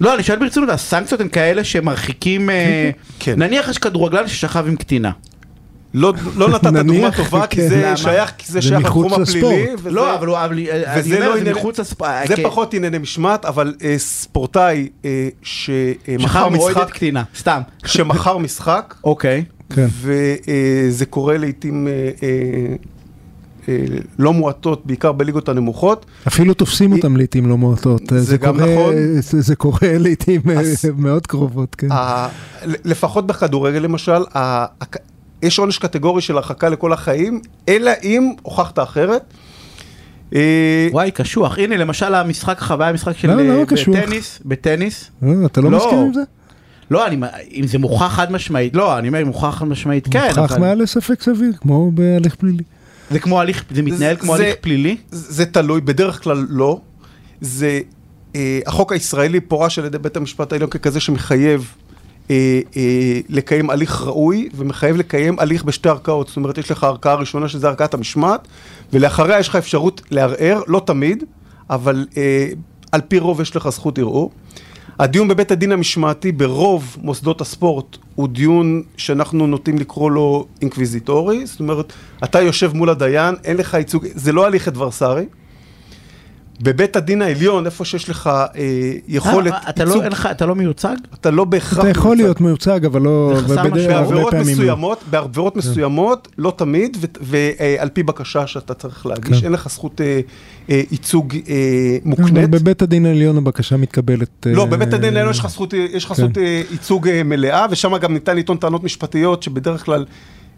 C: לא, אני שואל ברצינות, הסנקציות הן כאלה שמרחיקים... אה,
F: כן.
C: נניח יש כדורגלן ששכב עם קטינה.
F: לא, לא נתת דוגמה
B: נניח,
F: טובה,
B: כן.
F: כי זה
B: למה?
F: שייך, כי זה
B: זה
F: שייך
B: מחוץ
F: לתחום הפלילי.
B: לספורט.
F: וזה-
C: לא, אבל הוא... אבל- אני
F: וזה
C: אומר,
F: לא
C: זה
F: ענייני-
C: מחוץ לספ...
F: זה
C: כן.
F: פחות ענייני משמעת, אבל אה, ספורטאי אה, שמכר
C: שכב מועדת
F: משחק,
C: קטינה, סתם.
F: שמכר משחק,
C: אוקיי.
B: כן.
F: וזה קורה לעיתים אה, אה, אה, לא מועטות, בעיקר בליגות הנמוכות.
B: אפילו תופסים אותם לעיתים לא מועטות.
F: זה גם
B: קורה- אה,
F: נכון.
B: זה זה קורה לעיתים
F: אז-
B: אה, מאוד קרובות, כן.
F: ה- לפחות בכדורגל למשל, ה- הק- יש עונש קטגורי של הרחקה לכל החיים, אלא אם הוכחת אחרת. אה,
C: וואי, קשוח. הנה, למשל המשחק, החוויה, המשחק של...
B: לא, לא
C: אה,
B: קשוח.
C: בטניס, בטניס.
B: אה, אתה לא
C: לא.
B: מסכים עם זה?
C: לא, אני, אם זה מוכח חד משמעית, לא, אני אומר, אם מוכח חד משמעית, כן,
B: מוכרח
C: אבל
B: מעל לספק סביר, כמו בהליך פלילי.
C: זה כמו הליך, זה מתנהל
F: זה-
C: כמו
F: זה-
C: הליך פלילי.
F: זה זה תלוי, בדרך כלל לא. זה, אה, החוק הישראלי פורש על ידי בית המשפט העליון ככזה שמחייב אה, אה, לקיים הליך ראוי, ומחייב לקיים הליך בשתי ערכאות. זאת אומרת, יש לך ערכאה ראשונה שזה ערכאת המשמעת, ולאחריה יש לך אפשרות לערער, לא תמיד, אבל אה, על פי רוב יש לך זכות ערעור. הדיון בבית הדין המשמעתי ברוב מוסדות הספורט הוא דיון שאנחנו נוטים לקרוא לו אינקוויזיטורי, זאת אומרת, אתה יושב מול הדיין, אין לך ייצוג, זה לא הליך אדברסרי. בבית הדין העליון, איפה שיש לך אה, יכולת
C: אה, אתה לא, אין לך, אתה לא מיוצג?
F: אתה לא בהכרח...
B: אתה יכול
F: מיוצג.
B: להיות מיוצג, אבל לא...
C: זה חסר
B: בדרך-
C: משמעות.
B: הרבה
F: בעבירות
B: פעמים לא.
F: מסוימות, בעבירות מסוימות, לא תמיד, ועל פי בקשה שאתה צריך להגיש,
B: כן.
F: אין לך זכות אה, אה, ייצוג אה,
B: אבל
F: מוקנית.
B: בבית הדין העליון הבקשה מתקבלת.
F: לא,
B: אה,
F: בבית הדין העליון יש לך זכות, יש לך זכות אה, ייצוג אה, מלאה, ושם גם ניתן לטעון טענות משפטיות שבדרך כלל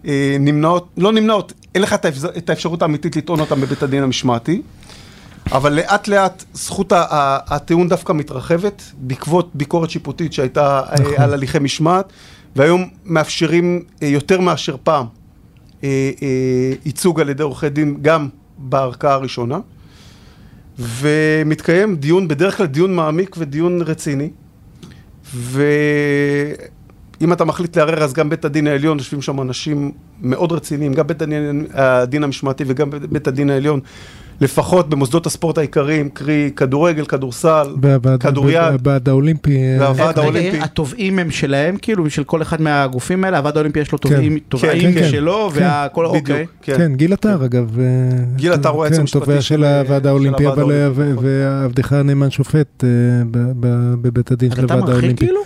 F: אה, נמנעות, לא נמנעות, אין לך את האפז- את האפשרות האמיתית לטעון אותן בבית הדין המשמעתי. אבל לאט לאט זכות ה- ה- הטיעון דווקא מתרחבת בעקבות ביקורת שיפוטית שהייתה אה, על הליכי משמעת והיום מאפשרים אה, יותר מאשר פעם אה, אה, ייצוג על ידי עורכי דין גם בערכאה הראשונה ומתקיים דיון, בדרך כלל דיון מעמיק ודיון רציני ואם אתה מחליט לערער אז גם בית הדין העליון יושבים שם אנשים מאוד רציניים, גם בית הדין, הדין המשמעתי וגם בית הדין העליון לפחות במוסדות הספורט העיקריים, קרי כדורגל, כדורסל,
B: והוועד-
F: כדוריד,
B: והוועד האולימפי. אה,
F: והוועד
C: רגע,
F: האולימפי.
C: התובעים הם שלהם, כאילו, של כל אחד מהגופים האלה, הוועד האולימפי יש לו תובעים, תובעים
B: כן, כן.
C: שלו,
B: כן.
C: והכל,
F: בדיוק,
C: אוקיי.
F: כן.
B: כן, גיל עטר אגב. אה,
F: גיל עטר הוא היועץ
B: כן,
F: המשפטי
B: תובע
F: של-
B: של הוועד
F: של
B: האולימפי,
F: הוועד
B: אבל אה, ו-
F: האולימפי, נכון.
B: ועבדך הנאמן שופט אה, ב- ב- בבית הדין
C: אז
B: של
C: אתה
B: הוועד
C: מרחיק
B: האולימפי.
C: כאילו?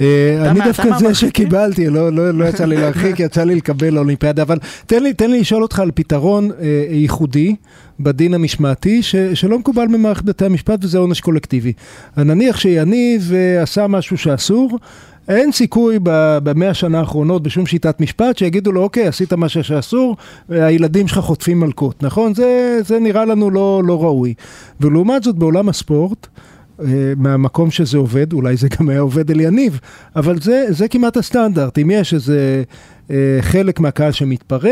B: אה,
C: אתה
B: אני
C: מה- אתה
B: דווקא זה
C: מהמרחיקים?
B: שקיבלתי, לא- לא לא יצא לי להרחיק, יצא לי לקבל אולימפיאדה, אבל תן לי- תן לי לשאול אותך על פתרון אה, ייחודי בדין המשמעתי, ש- שלא מקובל במערכת בתי המשפט, וזה עונש קולקטיבי. נניח שיניב אה, עשה משהו שאסור, אין סיכוי ב- במאה השנה האחרונות בשום שיטת משפט שיגידו לו, אוקיי, עשית משהו שאסור, אה, הילדים שלך חוטפים מלקות, נכון? זה, זה נראה לנו לא, לא ראוי. ולעומת זאת, בעולם הספורט, אה, מהמקום שזה עובד, אולי זה גם היה עובד אל יניב, אבל זה, זה כמעט הסטנדרט. אם יש איזה אה, חלק מהקהל שמתפרע,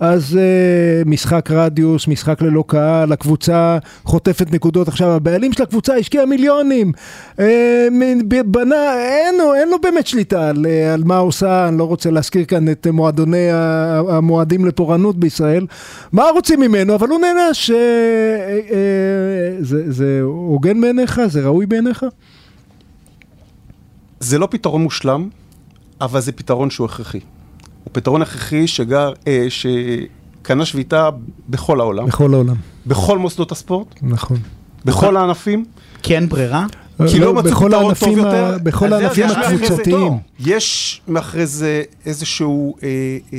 B: אז אה, משחק רדיוס, משחק ללא קהל, הקבוצה חוטפת נקודות עכשיו, הבעלים של הקבוצה השקיע מיליונים, אה, מ- ב- בנה, אין לו, אין לו באמת שליטה על, אה, על מה עושה, אני לא רוצה להזכיר כאן את מועדוני ה- המועדים לפורענות בישראל, מה רוצים ממנו, אבל הוא נענש, אה, אה, אה, זה- זה הוגן בעיניך? זה ראוי בעיניך?
F: זה לא פתרון מושלם, אבל זה פתרון שהוא הכרחי. הוא פתרון הכרחי שגר, אה, שקנה שביתה בכל העולם,
B: בכל העולם,
F: בכל מוסדות הספורט,
B: נכון.
F: בכל הענפים,
C: כי אין ברירה?
F: כי לא מצאו
B: אה, בכל
F: פתרון טוב
B: הענפים ה-
F: יותר.
B: בכל
F: אז
B: הענפים
F: יש מאחורי זה
B: הקבוצתיים.
F: תואר. יש מאחורי זה איזשהו אה, אה,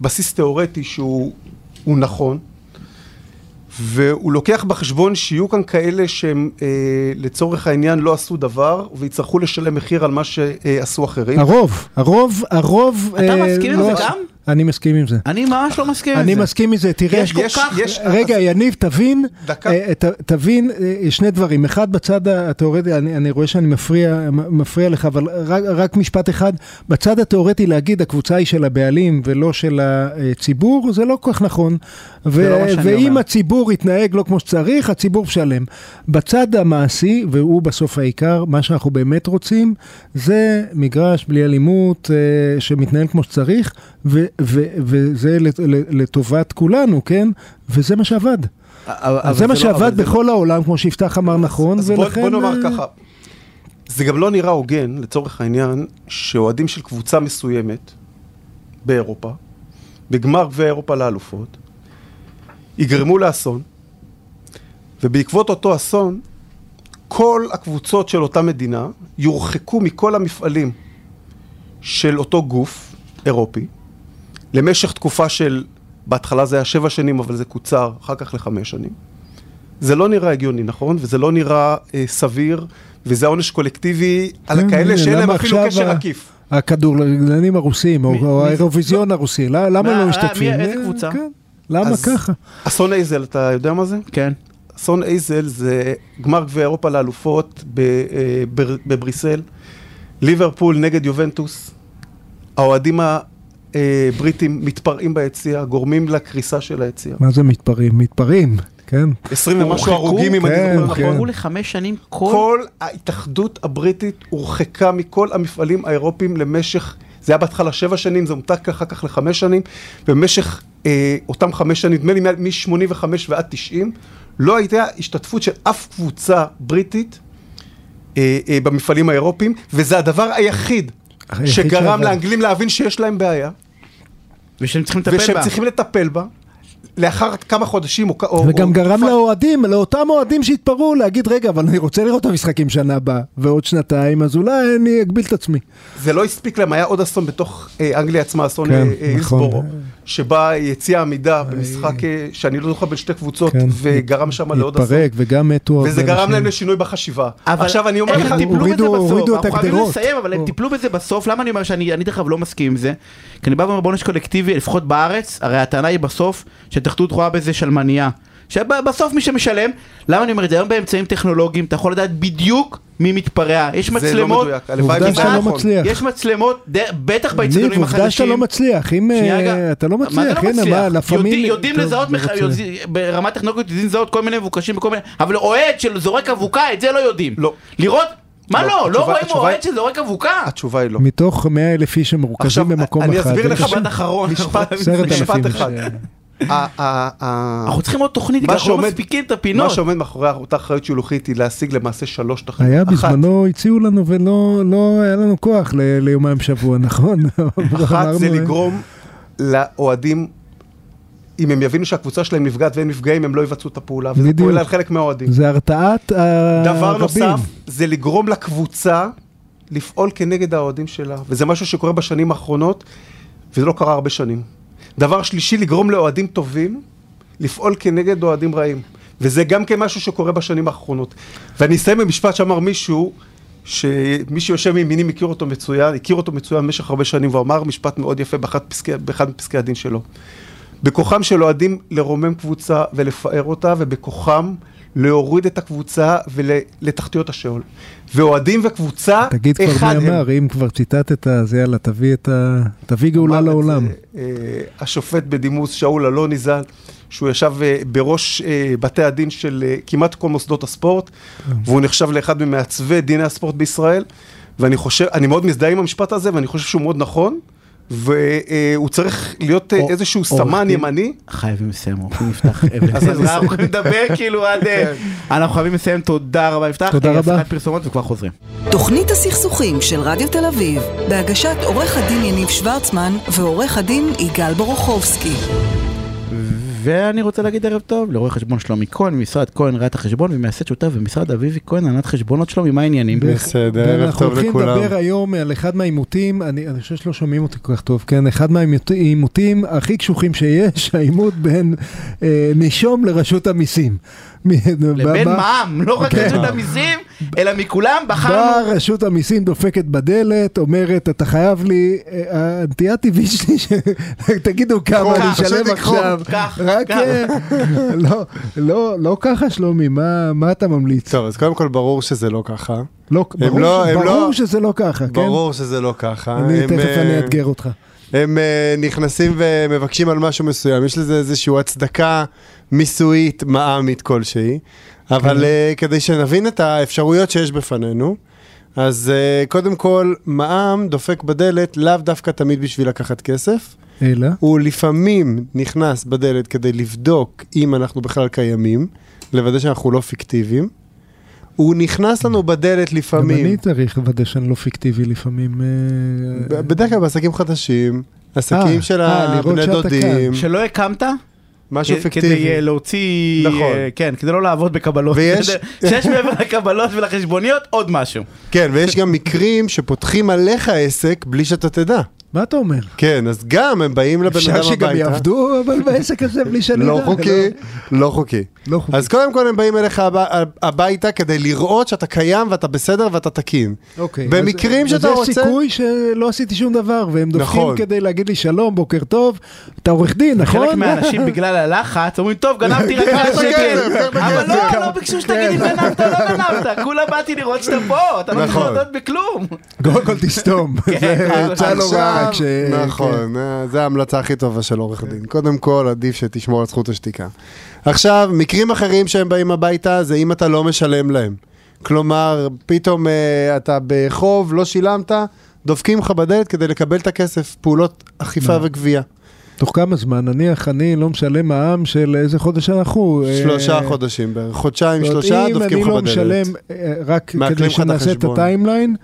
F: בסיס תיאורטי שהוא הוא נכון, והוא לוקח בחשבון שיהיו כאן כאלה שהם אה, לצורך העניין לא עשו דבר, ויצטרכו לשלם מחיר על מה שעשו אחרים.
B: הרוב, הרוב, הרוב...
C: אתה
B: אה,
C: מסכים עם
B: לא
C: זה
B: עשה-
C: גם?
B: אני מסכים עם זה.
C: אני ממש לא מסכים עם זה.
B: אני מסכים עם זה, תראה,
C: יש כל
F: יש-
C: כך...
F: יש-
B: רגע, יניב, תבין,
F: דקה.
B: אה, ת- תבין אה, שני דברים. אחד, בצד התיאורטי, אני, אני רואה שאני מפריע, מפריע לך, אבל רק, רק משפט אחד. בצד התיאורטי להגיד, הקבוצה היא של הבעלים ולא של הציבור, זה לא כל כך נכון. ו-
C: זה לא מה שאני
B: ואם
C: אומר.
B: הציבור יתנהג לא כמו שצריך, הציבור משלם. בצד המעשי, והוא בסוף העיקר, מה שאנחנו באמת רוצים, זה מגרש בלי אלימות, אה, שמתנהל כמו שצריך, ו- ו- וזה לט- לטובת כולנו, כן? וזה מה שעבד.
C: אבל
B: אז זה מה
C: לא- אבל
B: שעבד
C: זה-
B: בכל העולם, כמו שיפתח אמר נכון,
F: אז בוא,
B: ולכן...
F: בוא נאמר
B: אה,
F: ככה, זה גם לא נראה הוגן, לצורך העניין, שאוהדים של קבוצה מסוימת באירופה, בגמר גביע אירופה לאלופות, יגרמו לאסון, ובעקבות אותו אסון, כל הקבוצות של אותה מדינה יורחקו מכל המפעלים של אותו גוף אירופי, למשך תקופה של, בהתחלה זה היה שבע שנים, אבל זה קוצר, אחר כך לחמש שנים. זה לא נראה הגיוני, נכון? וזה לא נראה אה, סביר, וזה עונש קולקטיבי
B: כן,
F: על כאלה
B: הנה,
F: שאין להם
B: למה
F: אפילו
B: עכשיו
F: קשר
B: ה-
F: עקיף.
B: הכדורגלנים הרוסים, או-
C: מי-
B: או
C: מי-
B: האירוויזיון הרוסי, ל- למה
C: מה-
B: לא
C: אה,
B: משתתפים?
C: מי- איזה
B: אה,
C: קבוצה?
B: כן. למה
F: אז-
B: ככה?
F: אסון אייזל, אתה יודע מה זה?
C: כן.
F: אסון אייזל זה גמר גביע אירופה לאלופות ב- אה, בר- בבריסל, ליברפול נגד יובנטוס, האוהדים הבריטים מתפרעים ביציע, גורמים לקריסה של היציע.
B: מה זה מתפרעים? מתפרעים, כן.
F: 20 ומשהו
C: הורחקו?
F: הרוגים, אם
B: כן,
F: אני זוכר
B: כן.
F: נכון.
C: הלכו לחמש שנים כל...
F: כל ההתאחדות הבריטית הורחקה מכל המפעלים האירופיים למשך, זה היה בהתחלה שבע שנים, זה הומתק אחר כך לחמש שנים, במשך אה, אותם חמש שנים, נדמה לי מ-85 ועד 90, לא הייתה השתתפות של אף קבוצה בריטית אה, אה, במפעלים האירופיים, וזה הדבר היחיד
B: היחיד
F: שגרם
B: שעבד.
F: לאנגלים להבין שיש להם בעיה,
C: ושהם צריכים לטפל בה.
F: ושהם צריכים לטפל בה. לאחר כמה חודשים או... כ- או-
B: וגם
F: או-
B: גרם
F: תקופה-
B: לאוהדים, לאותם אוהדים שהתפרעו, להגיד, רגע, אבל אני רוצה לראות את המשחקים שנה הבאה, ועוד שנתיים, אז אולי אני אגביל את עצמי.
F: זה לא הספיק להם, היה עוד אסון בתוך אה, אנגליה עצמה, אסון
B: כן,
F: כן,
B: נכון.
F: אילסבורו, שבה יציאה עמידה במשחק אה, שאני לא זוכר בין שתי קבוצות,
B: כן.
F: וגרם שם לעוד אסון.
B: התפרק, וגם מתו הרבה
F: וזה גרם להם
B: אנשים.
F: לשינוי בחשיבה.
C: אבל
F: עכשיו אני אומר לך,
C: הם טיפלו בזה
B: הורידו-
C: בסוף,
B: הורידו את
C: אנחנו חייבים
B: הגדרות.
C: לסיים, אבל הם
B: או.
C: טיפלו בזה בסוף, למה אני אומר שאני אני דרך אגב לא מסכים עם זה? כי אני בא ואומר בעונש קולקטיבי, לפחות בארץ, הרי הטענה היא בסוף שהתאחדות רואה בזה שלמנייה. שבסוף מי שמשלם, למה אני אומר את זה? היום באמצעים טכנולוגיים אתה יכול לדעת בדיוק מי מתפרע, יש
F: זה לא
C: מצלמות,
F: מדויק, הלוואי
B: עובדה
F: וזה
B: שאתה
F: היה
B: לא
F: נכון.
B: מצליח.
C: יש מצלמות, ד- בטח באצטדיונים
B: ניב, עובדה שאתה לא
C: החדשים.
B: מצליח, אם
C: שנייה,
B: אה,
C: רגע.
B: אתה לא
C: מה זה
B: מצליח, הנה, מה, לה
C: יודעים-
B: פמיליה-
C: יודעים
B: טוב,
C: לזהות,
B: לא
C: מח-
B: רוצה.
C: יודעים- ברמת טכנולוגיות יודעים לזהות כל מיני מבוקשים וכל מיני, אבל אוהד של זורק אבוקה, את זה לא יודעים.
F: לא.
C: לראות, מה
F: לא,
C: לא, לא
F: התשובה-
C: רואים
F: התשובה-
C: אוהד של זורק אבוקה.
F: התשובה היא לא.
B: מתוך 100 אלף איש שמרוכזים
F: עכשיו,
B: במקום אחד.
F: אני אסביר
B: זה
F: לך
B: קשה.
F: משפט אחרון, משפט
B: עשרת אלפים
F: משפט
B: איש. אה,
F: אחד. ה- ה- ה-
C: אנחנו צריכים עוד תוכנית, כי
F: מה
C: אנחנו לא
F: שעומד-
C: מספיקים את
F: מה
C: הפינות.
F: שעומד מאחורי אותה אחריות שילוחית היא להשיג למעשה שלוש תכליות.
B: היה
F: אחת,
B: בזמנו, הציעו לנו ולא לא היה לנו כוח ל- ליומיים בשבוע, נכון?
F: אחת זה
B: אמרנו,
F: לגרום לאוהדים, אם הם יבינו שהקבוצה שלהם נפגעת והם נפגעים, הם לא יבצעו את הפעולה, וזה
B: בדיוק.
F: פועל על חלק מהאוהדים.
B: זה הרתעת אה, הרבים.
F: דבר נוסף, זה לגרום לקבוצה לפעול כנגד האוהדים שלה, וזה משהו שקורה בשנים האחרונות, וזה לא קרה הרבה שנים. דבר שלישי, לגרום לאוהדים טובים לפעול כנגד אוהדים רעים, וזה גם כן משהו שקורה בשנים האחרונות. ואני אסיים במשפט שאמר מישהו, שמי שיושב מימיני מכיר אותו מצוין, הכיר אותו מצוין במשך הרבה שנים, והוא אמר משפט מאוד יפה באחד פסקי- באחד מפסקי הדין שלו. בכוחם של אוהדים לרומם קבוצה ולפאר אותה, ובכוחם להוריד את הקבוצה ולתחתיות השאול. ואוהדים וקבוצה,
B: תגיד כבר
F: אחד
B: מי
F: הם.
B: אמר, אם כבר ציטטת, אז יאללה, תביא את ה... תביא גאולה
F: אמר את
B: לעולם.
F: זה, אה, השופט בדימוס שאול אלוני ז"ל, שהוא ישב אה, בראש אה, בתי הדין של אה, כמעט כל מוסדות הספורט, והוא נחשב לאחד ממעצבי דיני הספורט בישראל, ואני חושב, אני מאוד מזדהה עם המשפט הזה, ואני חושב שהוא מאוד נכון, והוא צריך להיות אה,
C: או-
F: איזשהו
C: עורך
F: סמן
C: דין.
F: ימני.
C: חייבים לסיים, אנחנו נפתח.
F: אז אני-
C: אנחנו יכולים לדבר כאילו עד... אה, אנחנו חייבים לסיים, תודה רבה, יפתח.
B: תודה
C: אה,
B: רבה.
C: הפסקת פרסומות וכבר חוזרים.
A: תוכנית הסכסוכים של רדיו תל אביב, בהגשת עורך הדין יניב שוורצמן ועורך הדין יגאל בורוכובסקי.
C: ואני רוצה להגיד ערב טוב לרואה חשבון שלומי כהן, משרד כהן ראיית החשבון ומייסד שותף במשרד אביבי כהן, ענת חשבונות שלומי, מה העניינים?
G: בסדר, ערב
B: ואנחנו
G: טוב
B: הולכים
G: לכולם.
B: לדבר היום על אחד מהעימותים, אני, אני חושב שלא שומעים אותי כל כך טוב, כן? אחד מהעימותים הכי קשוחים שיש, העימות בין אה, נישום לרשות המיסים.
C: לבין מע"מ, לא רק
G: אוקיי.
B: כן.
C: רשות המיסים, אלא מכולם בחרנו.
B: באה רשות המיסים דופקת בדלת, אומרת, אתה חייב לי, אה, הנטייה הטבעית שלי, ש- תגידו כמה אני
C: קח,
B: אשלם
C: פשוט תיקחו,
B: עכשיו.
C: קח,
B: רק,
C: קח.
B: אה, לא, לא, לא ככה שלומי, מה מה אתה ממליץ?
G: טוב, אז קודם כל ברור שזה לא ככה.
B: לא, ברור
G: לא-
B: ש-
G: הם
B: ברור
G: לא-
B: שזה לא ככה, כן?
G: ברור שזה לא ככה.
B: אני
G: הם,
B: תכף
G: אה,
B: אני אאתגר אותך.
G: הם אה, נכנסים ומבקשים על משהו מסוים, יש לזה איזושהי הצדקה מיסויית, מע"מית כלשהי,
B: כן.
G: אבל אה, כדי שנבין את האפשרויות שיש בפנינו, אז אה, קודם כל, מע"מ דופק בדלת לאו דווקא תמיד בשביל לקחת כסף,
B: אלא?
G: הוא לפעמים נכנס בדלת כדי לבדוק אם אנחנו בכלל קיימים, לוודא שאנחנו לא פיקטיביים. הוא נכנס לנו בדלת
B: גם
G: לפעמים.
B: אני צריך לוודא שאני לא פיקטיבי לפעמים. אה,
G: ב- בדרך כלל בעסקים חדשים, עסקים
B: אה,
G: של
B: אה, לראות
G: הבני
B: שאתה
G: דודים,
C: שלא הקמת?
G: משהו
C: כ- כדי אה,
G: פיקטיבי.
C: להוציא,
G: נכון.
C: אה, כן, כדי לא לעבוד בקבלות.
G: ויש-
C: שיש מעבר לקבלות ולחשבוניות עוד משהו.
G: כן, ויש גם מקרים שפותחים עליך עסק בלי שאתה תדע.
B: מה אתה אומר?
G: כן, אז גם הם באים לבן אדם
B: אפשר
G: הביתה.
B: שגם יעבדו, אבל בעסק הזה בלי שאני
G: לא
B: אדע.
G: חוקי, לא חוקי.
B: לא חוקי.
G: אז קודם כל הם באים אליך הב- הביתה כדי לראות שאתה קיים ואתה בסדר ואתה תקין.
B: אוקיי.
G: במקרים
B: אז-
G: שאתה
B: אז
G: רוצה-
B: יש סיכוי שלא עשיתי שום דבר, והם דופקים
G: נכון.
B: כדי להגיד לי שלום, בוקר טוב, אתה עורך דין, נכון?
C: חלק מהאנשים בגלל הלחץ אומרים טוב גנבתי רק
G: קח
C: מה
G: את הכסף, כן.
C: שקל
G: קח את
C: אבל
G: הכסף.
C: לא לא ביקשו שתגיד אם גנבת או לא גנבת כולה באתי לראות שאתה פה אתה לא צריך
G: נכון.
C: להודות בכלום
B: קודם כל תסתום.
C: כן,
B: זה יצא לא רע.
G: עכשיו,
B: כש- כן.
G: נכון, אה, זו ההמלצה הכי טובה של עורך דין. קודם כל, עדיף שתשמור על זכות השתיקה. עכשיו, מקרים אחרים שהם באים הביתה, זה אם אתה לא משלם להם. כלומר, פתאום אה, אתה בחוב, לא שילמת, דופקים לך בדלת כדי לקבל את הכסף, פעולות אכיפה וגבייה.
B: תוך כמה זמן, נניח אני לא משלם מע"מ של איזה חודש אנחנו? אה,
G: שלושה חודשים בערך, חודשיים,
B: זאת אומרת,
G: שלושה, דופקים לך
B: אם אני לא
G: בדלת.
B: משלם, אה, רק
G: מעקלים
B: כדי
G: לך את
B: שנעשה את
G: החשבון.
B: הטיימליין,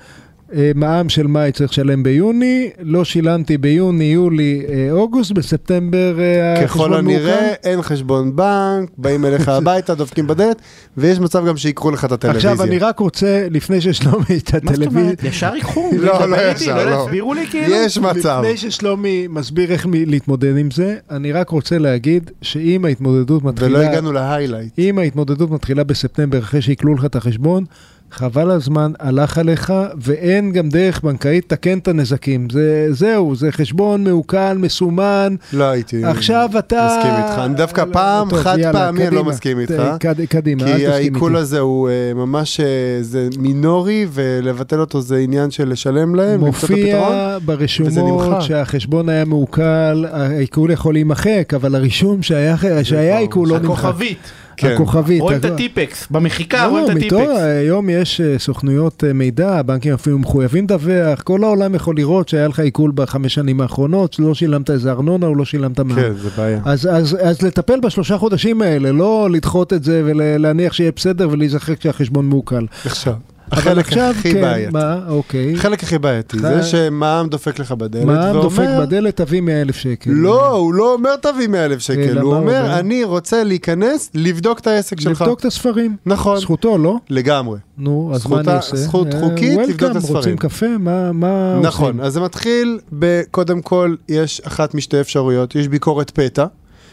B: אה, מע"מ של מאי צריך לשלם ביוני, לא שילמתי ביוני, יולי, אה, אוגוסט, בספטמבר אה,
G: ככל
B: החשבון מעוקם.
G: הנראה, אין חשבון בנק, באים אליך הביתה, דופקים בדלת, ויש מצב גם שיקחו לך את הטלוויזיה.
B: עכשיו אני רק רוצה, לפני ששלומי את
C: מה זאת
B: הטלוויזיה,
C: אומרת ישר ייקחו
G: לא,
C: ידבר
G: לא
C: איתי,
G: ישר,
C: לא
G: לא.
C: יסבירו לי כאילו
G: יש מצב.
B: לפני ששלומי מסביר איך מ- להתמודד עם זה, אני רק רוצה להגיד שאם ההתמודדות
G: ולא
B: מתחילה,
G: הגענו להיילייט.
B: אם ההתמודדות מתחילה בספטמבר אחרי שעיקלו לך את החשבון, חבל הזמן, הלך עליך, ואין גם דרך בנקאית לתקן את הנזקים. זה, זהו, זה חשבון מעוקל, מסומן.
G: לא הייתי
B: עכשיו אתה... לא,
G: מסכים איתך. אני דווקא פעם
B: טוב,
G: חד
B: יאללה,
G: פעמי אני לא
B: קדימה. אה,
G: מסכים איתך.
B: קד- קדימה, אל
G: כי
B: תסכים
G: העיקול
B: איתי.
G: הזה הוא אה, ממש, אה, זה מינורי, ולבטל אותו זה עניין של לשלם להם, כן, למצוא את
B: מופיע
G: הפתרון. וזה
B: ברשומות
G: נמחק.
B: שהחשבון היה מעוקל, העיקול יכול להימחק, אבל הראשון שהיה שהיה עיקול לא נמחק.
C: הכוכבית
G: כן.
B: הכוכבית.
C: רואים את
B: הכ-
C: הטיפקס במחיקה
B: לא,
C: רואים את
B: מתור-
C: הטיפקס
B: היום יש אה, סוכנויות אה, מידע, הבנקים אפילו מחויבים לדווח, כל העולם יכול לראות שהיה לך עיקול בחמש שנים האחרונות, לא שילמת איזה ארנונה או לא שילמת מע"מ.
G: כן, זה בעיה.
B: אז, אז, אז לטפל בשלושה חודשים האלה, לא לדחות את זה ולהניח שיהיה בסדר ולהיזכר כשהחשבון מעוקל.
G: עכשיו,
B: אבל
G: החלק
B: עכשיו,
G: הכי
B: כן,
G: בעייתי.
B: מה, אוקיי.
G: החלק הכי בעייתי, זה שמע"מ דופק לך בדלת,
B: מע"מ דופק
G: ואומר,
B: בדלת, תביא 100 אלף שקל.
G: לא, הוא לא אומר תביא 100 אלף
B: אלא
G: שקל,
B: מה
G: הוא
B: כן, הוא אומר?
G: אומר, אני רוצה להיכנס, לבדוק את העסק אוקיי, שלך.
B: לבדוק את הספרים.
G: נכון,
B: זכותו, לא?
G: לגמרי.
B: נו, אז מה
G: זכותה-
B: אני עושה?
G: זכות
B: אה,
G: חוקית לבדוק את
B: welcome, רוצים
G: הספרים.
B: קפה? מה מה עושים?
G: נכון, אז זה מתחיל בקודם כל, יש אחת משתי אפשרויות, יש ביקורת פתע,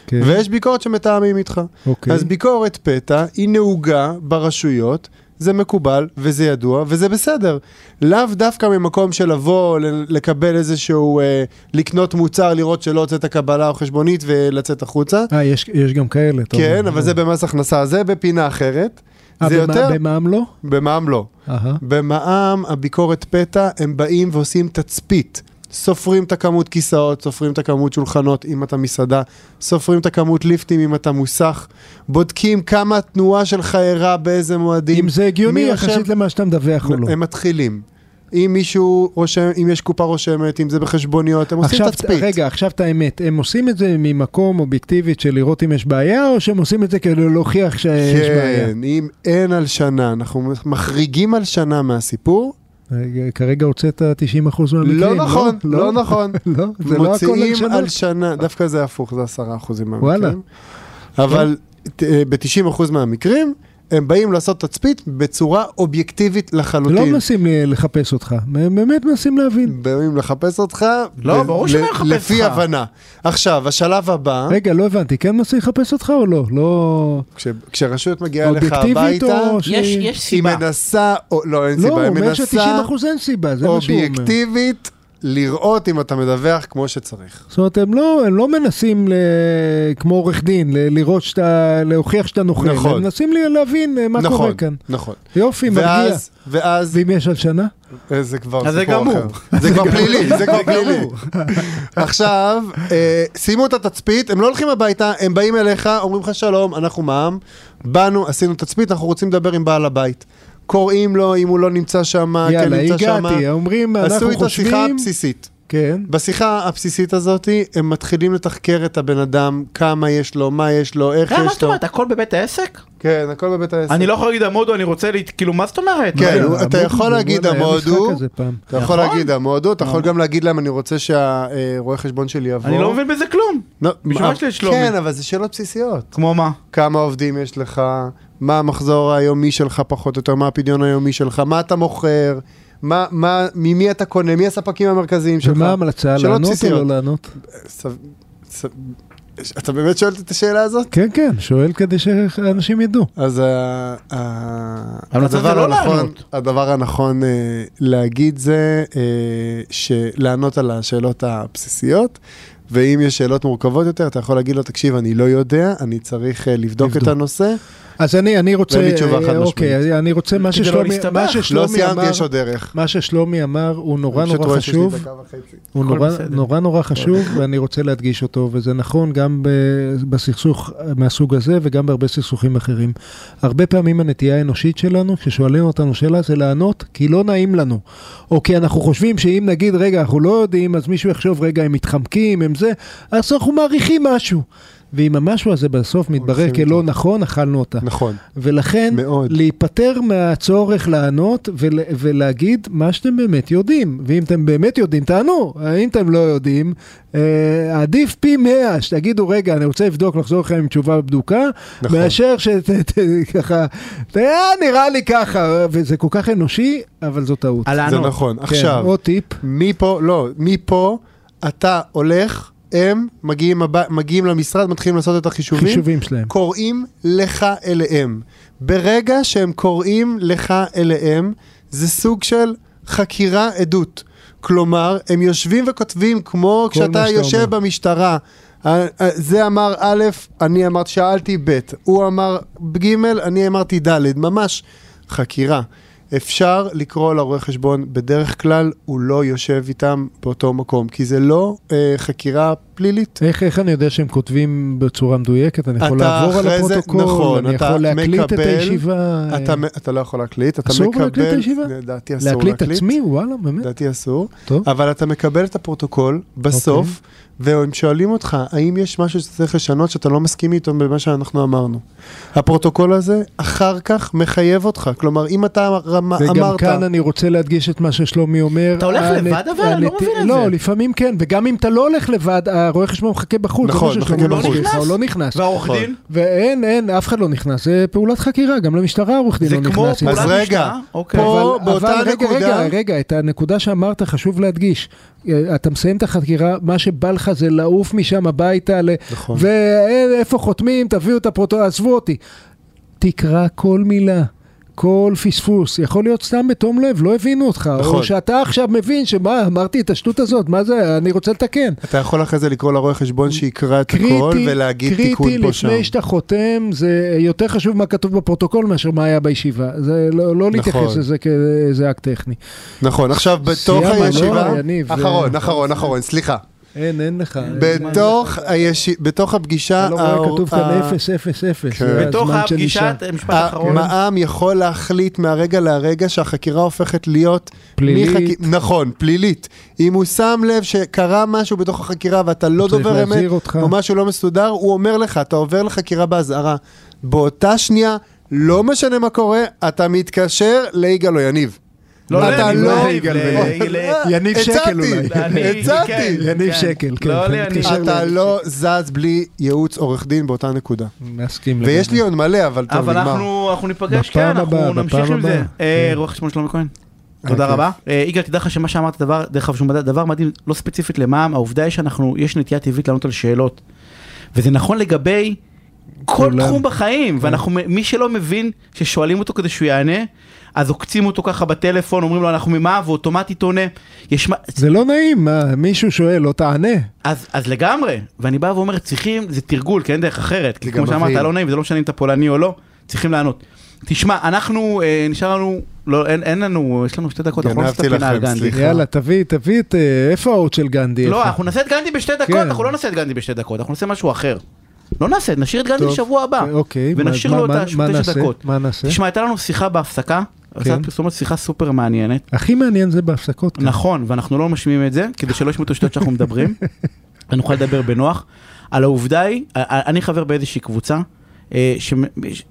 B: כן,
G: ויש ביקורת שמתאמים איתך.
B: אוקיי.
G: אז ביקורת פתע היא נהוגה ברשויות זה מקובל וזה ידוע וזה בסדר. לאו דווקא ממקום של לבוא, ל- לקבל איזשהו, אה, לקנות מוצר, לראות שלא הוצאת קבלה או חשבונית ולצאת החוצה.
B: אה, יש, יש גם כאלה. אתה אומר.
G: כן, אבל זה במס הכנסה, זה בפינה אחרת.
B: אה,
G: זה
B: במע-
G: יותר,
B: במע"מ לא?
G: במע"מ לא.
B: אהה.
G: במע"מ, הביקורת פתע, הם באים ועושים תצפית. סופרים את הכמות כיסאות, סופרים את הכמות שולחנות אם אתה מסעדה, סופרים את הכמות ליפטים אם אתה מוסך, בודקים כמה התנועה שלך אירעה באיזה מועדים.
B: אם זה הגיוני
G: מי
B: יחסית
G: עכשיו-
B: למה שאתה מדווח או לא.
G: הם מתחילים. אם מישהו רושם, אם יש קופה רושמת, אם זה בחשבוניות, הם עושים
B: עכשיו,
G: תצפית.
B: רגע, עכשיו את האמת, הם עושים את זה ממקום אובייקטיבית של לראות אם יש בעיה, או שהם עושים את זה כדי להוכיח שיש בעיה?
G: כן, אם אין על שנה, אנחנו מחריגים על שנה מהסיפור.
B: רגע, כרגע הוצאת 90 אחוז מהמקרים.
G: לא נכון, לא נכון.
B: לא, זה לא הכל
G: מוציאים
B: הגשמה.
G: על שנה, דווקא זה הפוך, זה עשרה אחוזים מהמקרים.
B: וואלה.
G: אבל ב-90 אחוז מהמקרים, הם באים לעשות תצפית בצורה אובייקטיבית
B: לא
G: לחלוטין.
B: מנסים ל- לחפש אותך, הם באמת מנסים להבין.
G: באים לחפש אותך,
C: לא,
G: ב-
C: ברור שהם
G: ל-
C: לא יחפש
G: לפי
C: אותך.
G: הבנה. עכשיו, השלב הבא,
B: רגע, לא הבנתי, כן מנסים לחפש אותך או לא? לא
G: כש- כשרשות מגיעה אליך
B: אובייקטיבית
G: הביתה,
B: או...
C: יש
B: שהיא-
C: יש
G: היא
C: סיבה.
G: מנסה, או- לא, אין
B: לא,
G: סיבה,
B: הוא
G: היא
B: אומר
G: מנסה
B: ש-90 אחוז אין סיבה, זה מה שהוא אומר.
G: אובייקטיבית לראות אם אתה מדווח כמו שצריך.
B: זאת אומרת, הם לא, הם לא מנסים, ל... כמו עורך דין, ל... לראות שאתה, להוכיח שאתה נוכל.
G: נכון.
B: הם מנסים לי להבין אה, מה
G: נכון,
B: קורה כאן.
G: נכון.
B: יופי, מרגיע.
G: ואז, ואז,
B: ואם יש על שנה?
G: אה, זה כבר
C: אז זה
G: סיפור
C: גמור.
G: אחר. זה כבר פלילי, זה כבר פלילי. עכשיו, אה, סיימו את התצפית, הם לא הולכים הביתה, הם באים אליך, אומרים לך שלום, אנחנו מע"מ, באנו, עשינו תצפית, אנחנו רוצים לדבר עם בעל הבית. קוראים לו אם הוא לא נמצא שם, כן
B: יאללה,
G: נמצא שם.
B: הגעתי. אומרים,
G: עשו
B: אנחנו
G: את השיחה
B: חושבים...
G: הבסיסית.
B: כן.
G: בשיחה הבסיסית הזאת, הם מתחילים לתחקר את הבן אדם, כמה יש לו, מה יש לו, איך
C: רגע, אה, מה
G: יש
C: זאת
G: לו.
C: אומרת? הכל בבית העסק?
G: כן, הכל בבית העסק.
C: אני לא יכול להגיד המודו, אני רוצה להת... כאילו, מה זאת אומרת?
G: כן,
B: וואלה,
G: הוא-
B: לא,
G: אתה
B: המודו,
G: יכול
B: וואלה,
G: להגיד
B: היה משחק
G: המודו.
B: כזה פעם.
G: אתה יכול
C: נכון.
G: להגיד המועדות, אתה יכול גם להגיד להם, אני רוצה שהרואה חשבון שלי יבוא.
C: אני לא מבין בזה כלום.
G: נו,
C: בשביל
G: מה-
C: מה יש לי את שלומי?
G: כן, אבל זה שאלות בסיסיות.
C: כמו מה?
G: כמה עובדים יש לך, מה המחזור היומי שלך פחות או יותר, מה הפדיון היומי שלך, מה אתה מוכר, מה, מה, ממי אתה קונה, מי הספקים המרכזיים שלך.
B: ומה ההמלצה,
G: שאלות
B: לענות או
G: בסיסיות.
B: לא לענות?
G: ס- ס- אתה באמת שואל את השאלה הזאת?
B: כן, כן, שואל כדי שאנשים ידעו.
G: אז אה, ה- ה-
C: ההמלצה זה
G: הדבר
C: לא
G: הנכון,
C: לענות.
G: הדבר הנכון אה, להגיד זה אה, שלענות על השאלות הבסיסיות, ואם יש שאלות מורכבות יותר, אתה יכול להגיד לו, תקשיב, אני לא יודע, אני צריך אה, לבדוק
B: לבדוק.
G: את הנושא.
B: אז אני אני רוצה...
G: ואין לי תשובה חד
B: אה, אוקיי, אני רוצה מה
C: כדי לא
B: ששלומי
C: להסתבך.
B: מה
C: לא
G: לא
B: ששלומי
G: סיימתי,
B: אמר...
G: יש עוד דרך.
B: מה ששלומי אמר הוא נורא
G: אני פשוט
B: נורא
G: רואה שיש לי
B: חשוב,
G: דקה וחצי.
B: הוא
C: הכל
B: נורא,
C: בסדר.
B: נורא נורא חשוב ואני רוצה להדגיש אותו, וזה נכון גם ב, בסכסוך מהסוג הזה וגם בהרבה סכסוכים אחרים. הרבה פעמים הנטייה האנושית שלנו, כששואלים אותנו שאלה, זה לענות כי לא נעים לנו, או כי אנחנו חושבים שאם נגיד, רגע, אנחנו לא יודעים, אז מישהו יחשוב, רגע, הם מתחמקים, הם זה, אז אנחנו מעריכים משהו. ואם המשהו הזה בסוף מתברר
G: הולכים
B: כלא
G: איתו.
B: נכון, אכלנו אותה.
G: נכון.
B: ולכן,
G: מאוד.
B: להיפטר מהצורך לענות ול, ולהגיד מה שאתם באמת יודעים. ואם אתם באמת יודעים, תענו. אם אתם לא יודעים, אה, עדיף פי 100 שתגידו, רגע, אני רוצה לבדוק, לחזור לכם עם תשובה בדוקה,
G: נכון.
B: נכון. מאשר שככה, "אה, נראה לי ככה, וזה כל כך אנושי, אבל זו טעות.
C: על
G: זה
C: לענות.
G: נכון.
B: כן,
G: עכשיו,
B: עוד טיפ.
G: מפה, לא, מפה אתה הולך, הם מגיעים הב- מגיעים למשרד, מתחילים לעשות את החישובים.
B: חישובים שלהם.
G: קוראים לך אליהם. ברגע שהם קוראים לך אליהם, זה סוג של חקירה עדות. כלומר, הם יושבים וכותבים כמו
B: כל מה
G: כשאתה
B: שאתה
G: יושב
B: אומר.
G: במשטרה. אה, אה, זה אמר א', אני אמרתי, שאלתי ב', הוא אמר ג', אני אמרתי ד', ממש חקירה. אפשר לקרוא לרואה חשבון, בדרך כלל הוא לא יושב איתם באותו מקום, כי זה לא אה, חקירה פלילית.
B: איך, איך אני יודע שהם כותבים בצורה מדויקת? אני יכול
G: אתה
B: לעבור על
G: אחרי זה-
B: הפרוטוקול,
G: נכון,
B: אני
G: אתה
B: יכול להקליט את
G: מקבל,
B: הישיבה. אה,
G: אתה, מ- אתה לא יכול להקליט, אתה
B: אסור
G: מקבל...
B: להקליט את הישיבה?
G: לדעתי אסור אה,
B: להקליט את עצמי? וואלה, באמת?
G: לדעתי אסור.
B: טוב.
G: אבל אתה מקבל את הפרוטוקול בסוף,
B: אוקיי.
G: והם שואלים אותך, האם יש משהו שצריך לשנות שאתה לא מסכים איתו במה שאנחנו אמרנו? הפרוטוקול הזה אחר כך מחייב אותך. כלומר, אם אתה רמ-
B: וגם
G: אמרת...
B: כאן אני רוצה להדגיש את מה ששלומי אומר.
C: אתה הולך
B: הנט-
C: לבד, אבל? אני לא
B: הנט-
C: מבין את
B: לא,
C: זה.
B: לפעמים כן, וגם אם אתה לא הולך לבד, הרואה חשבון מחכה בחוץ. זה
G: נכון,
B: מה
G: מחכה
B: ששלומי אומר
G: בחוץ.
B: לך, הוא לא נכנס.
C: והעורך
G: נכון.
C: דין?
B: ואין, אין, אף אחד לא נכנס. זה פעולת חקירה, גם למשטרה העורך דין
C: זה
B: לא נכנס.
C: כמו
B: עם
G: אז
C: פעולת
B: זה.
G: רגע,
C: משטרה? אוקיי.
G: פה-
B: אבל-
G: באותה
B: אבל רגע,
G: נקודה-
B: רגע, רגע, את הנקודה שאמרת חשוב להדגיש. אה, אתה מסיים את החקירה, מה שבא לך זה לעוף משם הביתה, ל-
G: נכון.
B: ואיפה חותמים, תביאו את הפרוטו, עזבו אותי. תקרא כל מילה. הכל פספוס, יכול להיות סתם בתום לב, לא הבינו אותך,
G: נכון.
B: או שאתה עכשיו מבין שמה, אמרתי את השטות הזאת, מה זה, אני רוצה לתקן.
G: אתה יכול אחרי זה לקרוא לרואה חשבון שיקרא את הכל ולהגיד תיקון
B: קריטי
G: פה שם.
B: לפני שאתה חותם, זה יותר חשוב מה כתוב בפרוטוקול מאשר מה היה בישיבה. זה לא, לא להתייחס
G: נכון.
B: לזה כאיזה אקט טכני.
G: נכון, עכשיו בתוך
B: סיימנו,
G: הישיבה,
B: לא, יניב, זה-
G: אחרון, אחרון, אחרון, סליחה.
B: אין, אין לך.
G: בתוך הישיבה, בתוך הפגישה,
B: אתה לא רואה
G: ה-
B: כתוב כאן
G: ה-
B: 0, 0, 0.
G: כן.
C: בתוך הפגישת, אה, משפט אחרון.
G: המע"מ יכול להחליט מהרגע להרגע שהחקירה הופכת להיות
B: פלילית.
G: מחק- נכון, פלילית. אם הוא שם לב שקרה משהו בתוך החקירה ואתה לא
B: הוא צריך
G: דובר
B: להזהיר
G: אמת,
B: אותך.
G: או משהו לא מסודר, הוא אומר לך, אתה עובר לחקירה באזהרה. באותה שנייה, לא משנה מה קורה, אתה מתקשר ליגאל או יניב.
C: לא,
G: אתה
C: ליניב,
G: לא-
C: ליניב, ל- ל-
B: יניב
G: הצעתי,
B: שקל אולי.
C: אני-
G: הצעתי.
C: כן,
B: יניב
C: כן.
B: שקל, כן.
C: לא
B: אתה
C: ליניב.
B: מתקשר
G: אתה
B: ל-
G: לא זז בלי ייעוץ עורך דין באותה נקודה.
B: מסכים לגמרי.
G: ויש לי עוד מלא, אבל טוב,
C: אבל
G: נגמר.
C: אנחנו אנחנו ניפגש,
B: בפעם
C: כן, אנחנו
B: הבאה,
C: נמשיך
B: בפעם
C: עם זה.
B: הבאה.
C: אה,
B: כן.
C: רואה חשבון שלומי כהן. תודה
G: אוקיי.
C: רבה. אה, יגאל, תדע לך שמה שאמרת, דבר, דרך אגב, שהוא מדע- דבר מדהים, לא ספציפית למע"מ, העובדה היא שאנחנו, יש נטייה טבעית לענות על שאלות. וזה נכון לגבי כל
B: כולם. כן.
C: תחום בחיים, ואנחנו, מ- מי שלא מבין ששואלים אותו כדי שהוא יענה, אז עוקצים אותו ככה בטלפון, אומרים לו אנחנו ממה, ואוטומטית עונה. יש מה,
B: זה לא נעים, מה, מישהו שואל, לא תענה.
C: אז, אז לגמרי, ואני בא ואומר, צריכים, זה תרגול, כי אין דרך אחרת. כי
G: זה
C: כמו
G: גם
C: שאמרת,
G: מבהיל.
C: לא נעים, זה לא משנה אם אתה פולני או לא, צריכים לענות. תשמע, אנחנו, אה, נשאר לנו, לא, אין, אין לנו, יש לנו שתי דקות, אנחנו לא נעשה את
G: גנבתי
C: הפינה על
G: לכם,
C: גנדי.
G: סליחה.
B: יאללה, תביא, תביא את... אה, איפה האות של גנדי?
C: לא,
B: איפה?
C: אנחנו נעשה את גנדי בשתי דקות,
B: כן.
C: אנחנו לא נעשה את גנדי בשתי דקות, אנחנו נעשה משהו אחר. לא נעשה, נשאיר את גנדי
B: טוב,
C: לשבוע הבא.
B: אוקיי,
C: ונשאיר
B: מה-
C: לו את
B: מה- מה
C: השתי
B: נעשה?
C: דקות.
B: מה נעשה? כן.
C: תשמע, הייתה לנו שיחה בהפסקה, הצעת פרסומות, שיחה סופר מעניינת.
B: הכי מעניין זה בהפסקות. כאן.
C: נכון, ואנחנו לא משמיעים את זה, כדי שלא ישמעו את השטויות שאנחנו מדברים, ונוכל לדבר בנוח. על העובדה היא, א- א- אני חבר באיזושהי קבוצה, אה, ש... ש-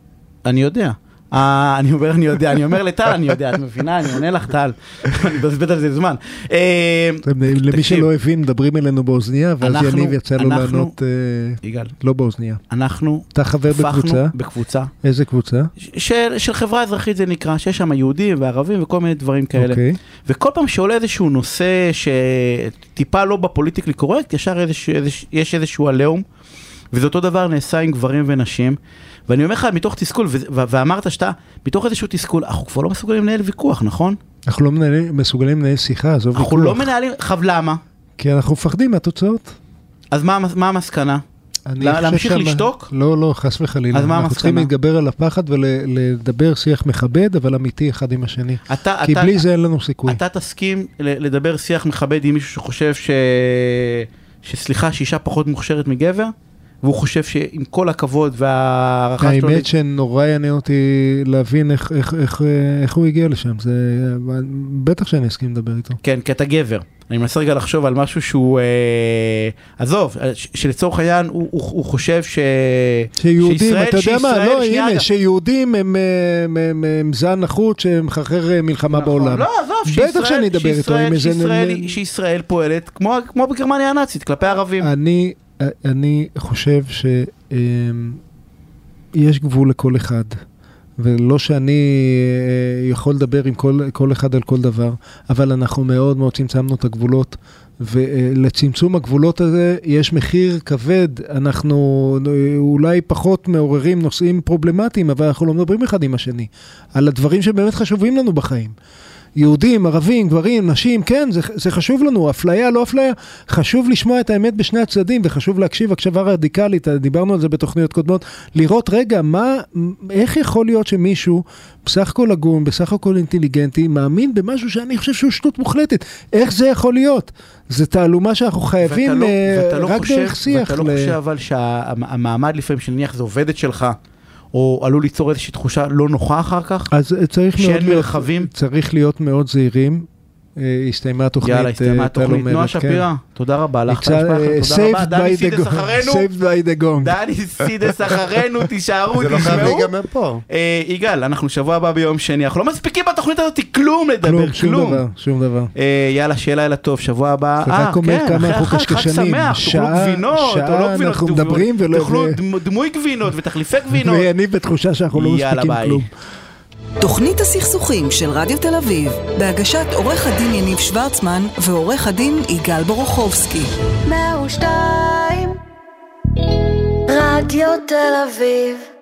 C: אני יודע. אה, אני אומר, אני יודע, אני אומר לטל, אני יודע, את מבינה, אני עונה לך, טל. אני מבזבז על זה זמן. אה,
B: אתם, למי
C: תקשיב.
B: שלא הבין, מדברים אלינו באוזנייה, ואז
C: אנחנו-
B: יניב יצא לו
C: אנחנו-
B: לענות אה,
C: יגאל,
B: לא באוזנייה.
C: אנחנו
B: אתה חבר בקבוצה?
C: בקבוצה
B: איזה קבוצה?
C: ש- של, של חברה אזרחית זה נקרא, שיש שם יהודים וערבים וכל מיני דברים כאלה.
B: אוקיי.
C: וכל פעם שעולה איזשהו נושא שטיפה לא בפוליטיקלי קורקט, ישר איזשהו, איזשהו, יש איזשהו עליהום, וזה אותו דבר נעשה עם גברים ונשים. ואני אומר לך, מתוך תסכול, וזה- ו- ואמרת שאתה, מתוך איזשהו תסכול, אנחנו כבר לא מסוגלים לנהל ויכוח, נכון?
B: אנחנו לא מנהלים- מסוגלים לנהל שיחה, עזוב
C: אנחנו לא
B: ויכוח.
C: מנהלים, עכשיו למה?
B: כי אנחנו מפחדים מהתוצאות.
C: אז מה, המס- מה המסקנה?
B: אני
C: לה-
B: חושב
C: להמשיך
B: שמה-
C: לשתוק?
B: לא, לא, חס וחלילה.
C: אז מה
B: אנחנו
C: המסקנה?
B: צריכים להתגבר על הפחד ולדבר שיח מכבד, אבל אמיתי אחד עם השני.
C: אתה,
B: כי
C: אתה,
B: בלי זה אין לנו סיכוי.
C: אתה תסכים ל- לדבר שיח מכבד עם מישהו שחושב ש... שסליחה, שאישה פחות מוכשרת מגבר, והוא חושב שעם כל הכבוד וההערכה שלו...
B: האמת שנורא יעניין אותי להבין איך- איך- איך אה, איך הוא הגיע לשם. זה... בטח שאני אסכים לדבר איתו.
C: כן, כי אתה גבר. אני מנסה רגע לחשוב על משהו שהוא, אה, עזוב, אה, ש- שלצורך העניין הוא, הוא, הוא חושב ש...
B: שיהודים, אתה יודע מה,
C: שישראל-
B: לא,
C: שנייה,
B: הנה,
C: אגב.
B: שיהודים הם, אה, הם, הם, הם זן נחות שמחרחר אה, מלחמה
C: נכון.
B: בעולם.
C: לא, עזוב,
B: בטח
C: שישראל,
B: שאני אדבר איתו,
C: שישראל-
B: עם איזה-
C: שישראל, שישראל פועלת כמו, כמו בגרמניה הנאצית, כלפי
B: אה,
C: ערבים.
B: אני, אני חושב שיש גבול לכל אחד, ולא שאני אה, יכול לדבר עם כל, כל אחד על כל דבר, אבל אנחנו מאוד מאוד צמצמנו את הגבולות. ולצמצום הגבולות הזה יש מחיר כבד, אנחנו אה, אולי פחות מעוררים נושאים פרובלמטיים, אבל אנחנו לא מדברים אחד עם השני, על הדברים שבאמת חשובים לנו בחיים. יהודים, ערבים, גברים, נשים, כן, זה, זה חשוב לנו, אפליה, לא אפליה, חשוב לשמוע את האמת בשני הצדדים וחשוב להקשיב הקשבה רדיקלית, דיברנו על זה בתוכניות קודמות, לראות רגע, מה, איך יכול להיות שמישהו, בסך הכל הגון, בסך הכל אינטליגנטי, מאמין במשהו שאני חושב שהוא שטות מוחלטת, איך זה יכול להיות? זו תעלומה שאנחנו חייבים
C: ואתה לא-
B: אה,
C: ואתה לא
B: רק
C: חושב-
B: דרך שיח.
C: ואתה לא
B: ל-
C: חושב אבל שהמעמד לפעמים שנניח זו עובדת שלך, או עלול ליצור איזושהי תחושה לא נוחה אחר כך?
B: אז אה, צריך
C: שאין
B: מאוד להיות,
C: מרחבים?
B: צריך להיות מאוד זהירים. אה, הסתיימה התוכנית,
C: יאללה, הסתיימה
B: אה, טל
C: התוכנית. נועה
B: אומרת, כן.
C: שפירא, תודה רבה לך.
B: נקצר, אה,
C: תודה רבה.
B: saved
C: דני
B: by the
C: סידס
B: gong.
C: אחרינו.
B: saved by the gong.
C: דני סידס אחרינו, תישארו,
G: זה לא חייב
C: תשמעו.
G: להיגמר פה.
C: אה, יגאל, אנחנו שבוע הבא ביום שני, אנחנו לא מספיקים בתוכנית הזאת כלום לדבר,
B: כלום, שום
C: כלום.
B: דבר, שום דבר.
C: אה, יאללה, שיהיה לילה טוב, שבוע הבא.
B: זה
C: אה,
B: רק אומר
C: כן,
B: כמה
C: אחרי
B: אנחנו
C: החג, חג
B: קשקשנים.
C: שמח, תאכלו
B: שעה-
C: גבינות,
B: שעה
C: או לא גבינות,
B: אנחנו
C: תאכלו-
B: מדברים ולא-
C: תאכלו
B: ו-
C: דמו- דמוי גבינות ותחליפי גבינות.
B: ואני בתחושה שאנחנו לא
C: יאללה,
B: מספיקים
C: ביי.
B: כלום.
A: תוכנית הסכסוכים של רדיו תל אביב, בהגשת עורך הדין יניב שוורצמן ועורך הדין יגאל בורוכובסקי.
H: 102 רדיו תל אביב